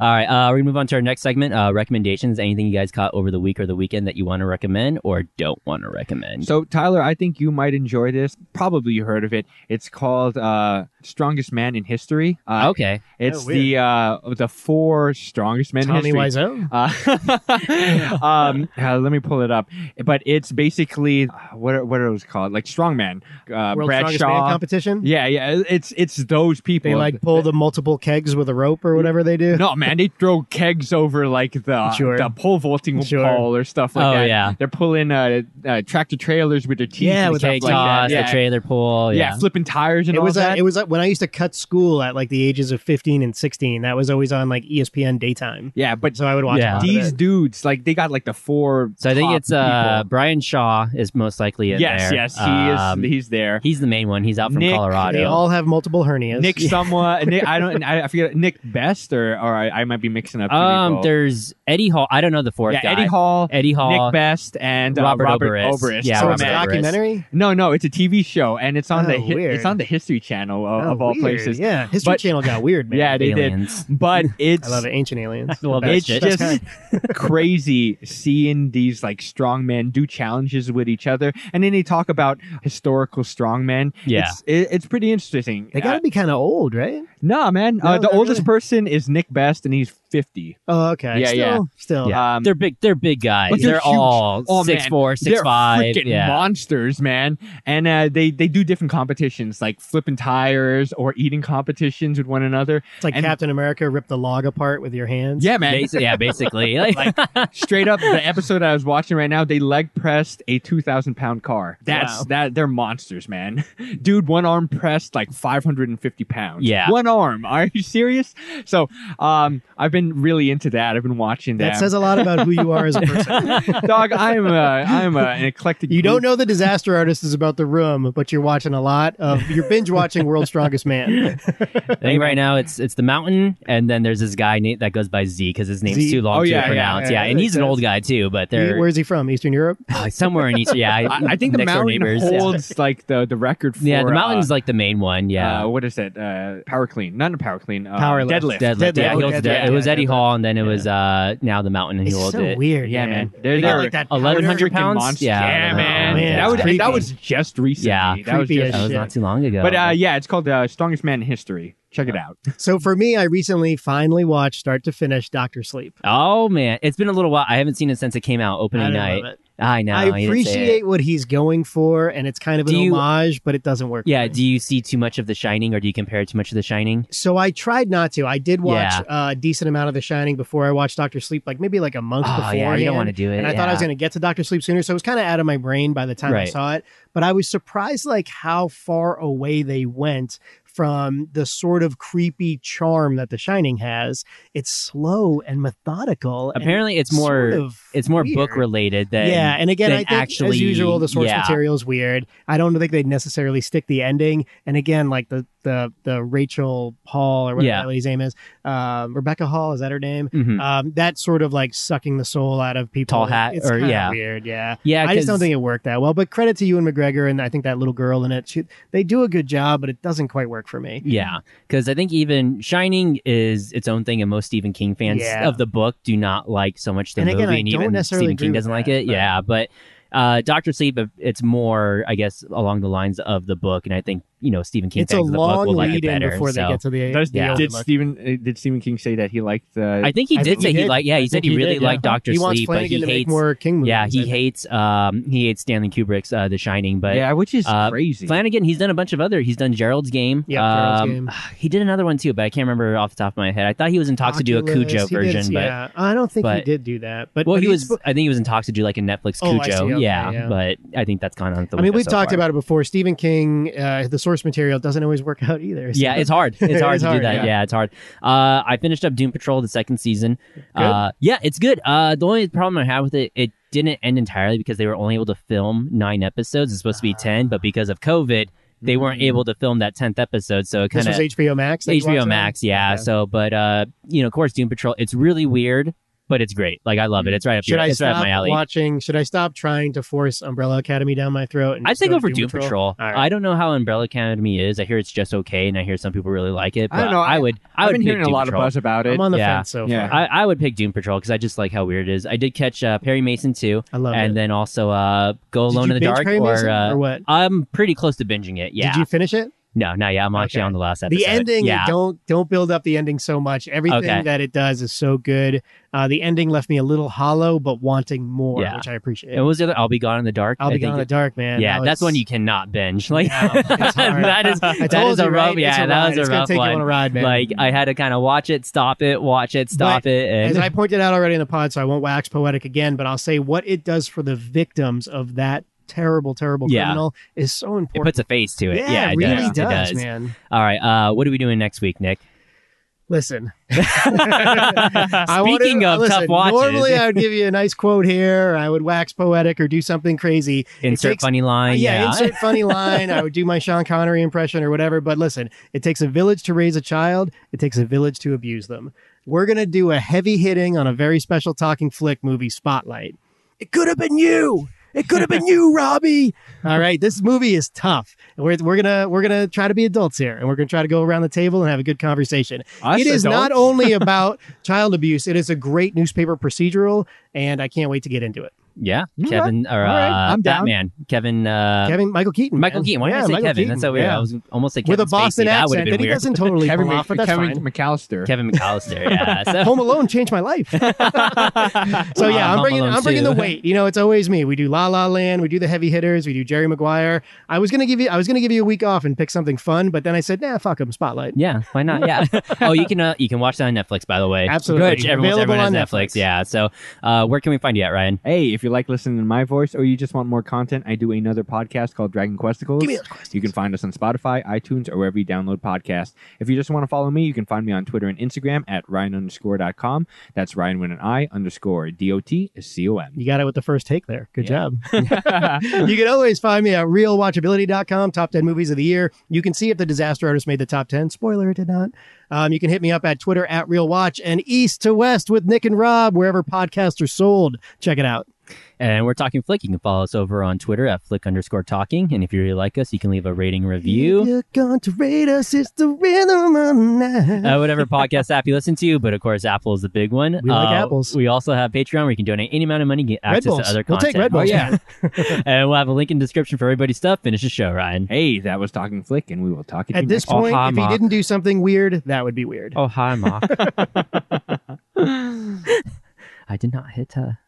A: All right, uh, we're gonna move on to our next segment. Uh, recommendations. Anything you guys caught over the week or the weekend that you want to recommend or don't want to recommend?
B: So, Tyler, I think you might enjoy this. Probably you heard of it. It's called uh, Strongest Man in History. Uh,
A: okay,
B: It's
C: Oh, weird.
B: the uh, the four strongest men
C: Tommy
B: in history.
C: Wiseau.
B: Uh, um, uh, let me pull it up. But it's basically uh, what are- what are those called? Like strongman, uh,
C: World's Strongest Man
B: Bradshaw.
C: competition.
B: Yeah, yeah. It's it's those people.
C: They like pull the multiple kegs with a rope or whatever they do.
B: no man, they throw kegs over like the
C: Sure.
B: the pole vaulting
C: Sure.
B: pole or stuff like
A: Oh,
B: that.
A: yeah.
B: they're pulling uh, uh, tractor trailers with their teeth.
C: Yeah,
B: and
C: with
B: stuff
A: cake
B: like that.
A: toss,
B: Yeah.
A: the trailer pull.
B: yeah,
A: Yeah,
B: flipping tires and
C: It
B: all
C: was
B: that.
C: uh, it was uh, when I used to cut school at like the ages of fifteen and sixteen. That was always on like E ESPN daytime.
B: yeah, but
C: So I would watch.
A: Yeah.
C: a lot of
B: these
C: it.
B: dudes, like they got like the four.
A: So I think
B: top
A: it's uh,
B: people.
A: Brian Shaw is most likely in
B: yes,
A: there.
B: yes, he
A: Um,
B: is. He's there.
A: He's the main one. He's out from
B: Nick,
C: They
A: Colorado.
C: all have multiple hernias.
B: Nick someone Nick, I don't I, I forget Nick Best or or I, I might be mixing up. two
A: um,
B: people.
A: there's Eddie Hall. I don't know the fourth
B: yeah,
A: guy.
B: Eddie Hall,
A: Eddie Hall.
B: Nick Best, and uh,
A: Robert Obrist.
B: Obrist.
A: Yeah,
C: so
B: Oh,
C: it's a
B: man.
A: Robert Obrist.
C: documentary.
B: No, no, it's a TV show, and it's on
C: Oh,
B: the hi-
C: weird.
B: it's on the History Channel uh, of,
C: Oh,
B: of all
C: weird.
B: places.
C: Yeah, History
B: But-
C: Channel got weird, man.
B: Yeah, they
A: Aliens.
B: did, but it's
C: I love it. Ancient aliens.
A: I love that
B: It's
A: shit.
B: just crazy seeing these like strong men do challenges with each other, and then they talk about historical strong men.
A: Yeah.
B: it's, it, it's pretty interesting.
C: They got to
B: Uh,
C: be kind of old, right?
B: nah, man.
C: No,
B: uh, the
C: not
B: oldest
C: really.
B: person is Nick Best, and he's fifty.
C: Oh, okay.
B: Yeah,
C: still,
B: yeah.
C: Still,
A: Yeah.
B: Um,
A: they're big. They're big guys.
B: But they're huge.
A: all
B: Oh,
A: six
B: man.
A: four, six
B: They're
A: five.
B: freaking
A: Yeah.
B: monsters, man. And uh, they they do different competitions like flipping tires or eating competitions with one another.
C: it's like
B: and-
C: Captain America ripped the log apart with your hands.
B: Yeah, man.
A: Basi- yeah, basically. Like,
B: Straight up, the episode I was watching right now, they leg pressed a two thousand pound car. That's
C: Wow.
B: that. They're monsters, man. Dude, one arm pressed like five hundred and fifty pounds.
A: Yeah.
B: one arm. Are you serious? So, um, I've been really into that. I've been watching
C: that
B: them.
C: says a lot about who you are as a person.
B: Dog, I'm a, I'm a, an eclectic.
C: you
B: geek.
C: don't know the disaster artist is about the room, but you're watching a lot of you're binge watching World's Strongest Man.
A: I think right now it's it's the mountain, and then there's this guy na- that goes by Z because his name's
C: Z.
A: too long
B: Oh,
A: to
B: yeah, yeah,
A: pronounce.
B: yeah,
A: Yeah,
B: that
A: and he's
B: makes
A: an old guy too, but they're
C: Where's he from? Eastern Europe.
A: oh, somewhere in each. Yeah,
B: I, I think the
A: next door
B: mountain
A: neighbors, yeah.
B: holds like the the record for
A: Yeah, the mountain's
B: uh,
A: like the main one. Yeah.
B: uh, what is it? Uh, power clean, not a power clean. Uh,
C: Power lift.
B: deadlift.
A: Deadlift. Yeah,
C: Deadlift.
A: he holds the-
B: Yeah,
A: it was
B: yeah,
A: Eddie
B: deadlift.
A: Hall, and then it was uh, now the mountain, and he
C: It's
A: holds
C: so
A: it.
C: weird.
B: Yeah, man. They're,
C: They got
B: they're
C: like that.
A: Eleven
C: powder.
A: hundred
B: freaking
A: pounds.
B: monsters.
A: Yeah,
B: Yeah,
A: I don't know.
B: man. That was
A: Yeah.
C: Creepy.
B: that was just recently.
A: Yeah.
B: that was
C: Creepy
B: just
C: as
A: That was
C: shit.
A: not too long ago.
B: But uh, yeah, it's called uh, Strongest Man in History. Check it out.
C: So for me, I recently finally watched start to finish Doctor Sleep.
A: oh man, it's been a little while. I haven't seen it since it came out
C: I
A: opening
C: love
A: night.
C: it.
A: I know.
C: I
A: you didn't say it.
C: appreciate what he's going for, and it's kind of an
A: Do you-
C: homage, but it doesn't work.
A: Yeah.
C: for me.
A: Do you see too much of The Shining, or do you compare it too much of The Shining?
C: so I tried not to. I did watch
A: Yeah.
C: uh, a decent amount of The Shining before I watched Doctor Sleep, like maybe like a month
A: Oh,
C: before.
A: yeah, you don't want to do it.
C: And I thought I was
A: yeah.
C: going to get to Doctor Sleep sooner, so it was kind of out of my brain by the time I
A: Right.
C: saw it. But I was surprised, like how far away they went from the sort of creepy charm that The Shining has. It's slow and methodical. and
A: Apparently, it's more
C: sort of
A: it's more
C: weird.
A: book related than
C: yeah, and again,
A: than
C: I think
A: actually-
C: as usual, the source
A: yeah.
C: material is weird. I don't think they'd necessarily stick the ending. And again, like the the the Rachel Hall or whatever
A: Yeah.
C: that lady's name is, um, Rebecca Hall is that her name?
A: Mhm.
C: Um, that sort of like sucking the soul out of people.
A: Tall hat,
C: it's
A: or-
C: kinda
A: yeah.
C: weird. Yeah,
A: Yeah,
C: I just
A: 'cause-
C: don't think it worked that well. But credit to you and McGregor, and I think that little girl in it. She, they do a good job, but it doesn't quite work for me.
A: Yeah, because I think even Shining is its own thing, and most Stephen King fans
C: Yeah.
A: of the book do not like so much the
C: And again,
A: movie,
C: I
A: and
C: don't
A: even
C: necessarily
A: Stephen
C: agree
A: King
C: with
A: doesn't like
C: that,
A: it.
C: but-
A: Yeah, but uh, Doctor Sleep, uh, it's more, I guess, along the lines of the book, and I think you know Stephen King
C: it's a
A: fans of the book
C: long
A: will like it
C: lead in
A: better.
C: before
A: so.
C: they get to the.
B: Does,
C: the
A: yeah.
B: Did
C: overlook.
B: Stephen uh, did Stephen King say that he liked the?
A: I think he
C: I
A: did
C: think
A: say
C: he
A: he,
C: did.
A: liked. Yeah,
C: I
A: he said
C: think
A: he,
C: he
A: really
C: did,
A: liked
C: yeah.
A: Doctor
C: he wants
A: Sleep, but
C: Flanagan
A: he
C: to make
A: hates.
C: more King movies.
A: Yeah,
C: I
A: he
C: think.
A: hates. Um, he hates Stanley Kubrick's uh, The Shining, but
B: yeah, which is
A: uh,
B: crazy.
A: Flanagan, he's done a bunch of other. He's done Gerald's Game. Um,
C: Yeah, Gerald's Game.
A: He did another one too, but I can't remember off the top of my head. I thought he was in talks to do a
C: Oculus.
A: Cujo
C: He did-
A: version, but
C: yeah, I don't think he
A: but-
C: did do that. But
A: well,
C: but
A: he
C: he's-
A: was. I think he was in talks to do like a Netflix
C: Oh, I see.
A: Cujo.
C: Okay,
A: yeah,
C: yeah.
A: but I think that's gone on. The
C: I mean,
A: window
C: we've
A: so
C: talked
A: far.
C: about it before. Stephen King, uh, the source material doesn't always work out either. so-
A: Yeah, it's hard. It's hard
C: is
A: to
C: hard,
A: do that.
C: yeah.
A: Yeah, it's hard. Uh, I finished up Doom Patrol the second season. Uh, yeah, it's good. Uh, the only problem I had with it, it didn't end entirely because they were only able to film nine episodes. It's supposed to
C: Ah.
A: be ten, but because of COVID, they weren't able to film that tenth episode. So it
C: Mm. this
A: kind of
C: was HBO Max. that you watched it
A: HBO
C: on?
A: Max, yeah.
C: Okay.
A: So, but uh, you know, of course, Doom Patrol. It's really weird, but it's great. Like I love it. It's right up,
C: Mm-hmm. Should
A: your,
C: I
A: it's right up
C: stop
A: my alley.
C: watching? Should I stop trying to force Umbrella Academy down my throat? And
A: I'd
C: just
A: say go
C: to
A: for Doom Patrol.
C: All right.
A: I don't know how Umbrella Academy is. I hear it's just okay, and I hear some people really like it. But
B: I don't know.
A: I, would. I
B: I've
A: would
B: been
A: pick
B: hearing a
A: Doom
B: lot
A: Patrol.
B: of buzz about it.
C: I'm on the
A: Yeah.
C: fence so
B: Yeah.
C: far.
A: I, I would pick Doom Patrol because I just like how weird it is. I did catch uh, Perry Mason too,
C: I love
A: and
C: it.
A: then also uh, Go
C: Did
A: Alone
C: you
A: in the
C: binge
A: Dark,
C: Perry Mason,
A: or, uh,
C: or what?
A: I'm pretty close to binging it. Yeah,
C: Did you finish it?
A: no, not yet. I'm actually
C: Okay.
A: on the last episode.
C: The ending,
A: yeah,
C: don't don't build up the ending so much. Everything
A: Okay.
C: that it does is so good. Uh, the ending left me a little hollow, but wanting more,
A: Yeah.
C: which I appreciate.
A: and what was the other? I'll be gone in the dark.
C: I'll
A: I
C: be
A: think
C: gone in the
A: it-
C: dark, man.
A: Yeah,
C: No,
A: that's
C: it's-
A: one you cannot binge. Like
C: No, it's hard.
A: that is
C: I
A: that
C: told
A: is a
C: you,
A: rough.
C: right? It's
A: Yeah,
C: a
A: that
C: ride.
A: was a
C: It's gonna
A: rough
C: take you
A: one.
C: on a ride, man.
A: Like I had to kind of watch it, stop it, watch it, stop
C: But
A: it, and
C: As I pointed out already in the pod, so I won't wax poetic again, but I'll say what it does for the victims of that terrible, terrible
A: Yeah.
C: criminal is so
A: it
C: important.
A: puts a face to it. Yeah,
C: it really
A: does. It does.
C: man.
A: All right, uh, what are we doing next week, Nick?
C: Listen, I wanted-
A: Speaking of
C: listen,
A: tough watches,
C: normally I would give you a nice quote here. I would wax poetic or do something crazy. It
A: insert
C: takes-
A: funny line.
C: Uh, yeah, insert funny line. I would do my Sean Connery impression or whatever. But listen, it takes a village to raise a child. It takes a village to abuse them. We're gonna do a heavy hitting on a very special talking flick movie spotlight. It could have been you. It could have been you, Robbie. All right, this movie is tough. We're, we're gonna we're gonna try to be adults here, and we're gonna try to go around the table and have a good conversation.
B: Us
C: it is
B: adults?
C: not only about child abuse; it is a great newspaper procedural, and I can't wait to get into it.
A: yeah.
C: Mm,
B: Okay.
A: Kevin or
B: All right,
A: uh,
B: I'm down.
A: Batman. Kevin. Uh,
C: Kevin Michael Keaton,
A: Michael
C: man.
A: Keaton. Why did
C: Yeah,
A: I say
C: Michael
A: Kevin?
C: Keaton,
A: That's so weird.
C: yeah.
A: I was almost like
C: with a
A: Kevin
C: Boston
A: Spacey. That would have
C: accent
A: been
C: that he
A: weird.
C: doesn't totally
B: Kevin,
C: pull
B: Mc-
C: off, but that's
B: Kevin
C: fine.
B: McAllister.
A: Kevin McAllister. Yeah. So,
C: Home Alone changed my life. so
A: Uh,
C: yeah,
A: Home
C: I'm bringing
A: Alone
C: I'm bringing the
A: too.
C: weight. You know, it's always me. We do La La Land, we do the heavy hitters, we do Jerry Maguire. I was gonna give you I was gonna give you a week off and pick something fun, but then I said, nah, fuck 'em, Spotlight.
A: yeah. Why not? Yeah. oh, you can uh, you can watch that on Netflix, by the way.
C: Absolutely.
A: Which everyone's,
C: Available
A: everyone has
C: on
A: Netflix.
C: Netflix.
A: Yeah. So uh, where can we find you at, Ryan?
B: Hey, if you like listening to my voice or you just want more content, I do another podcast called Dragon Questicles.
C: Give me those
B: You can find us on Spotify, iTunes, or wherever you download podcasts. If you just want to follow me, you can find me on Twitter and Instagram at Ryan underscore dot com. That's Ryan with an I underscore D O T is C O M.
C: You got it with the first take there. Good job. you can always find me at realwatchability.com, top 10 movies of the year. You can see if the disaster artist made the top 10. Spoiler, it did not. Um, you can hit me up at Twitter at realwatch and east to west with Nick and Rob, wherever podcasts are sold. Check it out.
A: And we're talking Flick. You can follow us over on Twitter at Flick underscore talking. And if you really like us, you can leave a rating
C: If
A: review.
C: You're going to rate us. It's the rhythm of the night.
A: Uh, whatever podcast app you listen to, but of course, Apple is the big one.
C: We like
A: Uh,
C: apples.
A: We also have Patreon where you can donate any amount of money, get
C: Red
A: access
C: Bulls.
A: to other
C: We'll
A: content. Oh,
C: take Red Bulls. man.
A: and we'll have a link in the description for everybody's stuff. Finish the show, Ryan.
B: Hey, that was Talking Flick, and we will talk at,
C: At
B: you
C: this
B: next time.
C: point,
A: hi,
C: if he
A: Mark.
C: didn't do something weird, that would be weird.
A: Oh, hi, Mark. I did not hit her.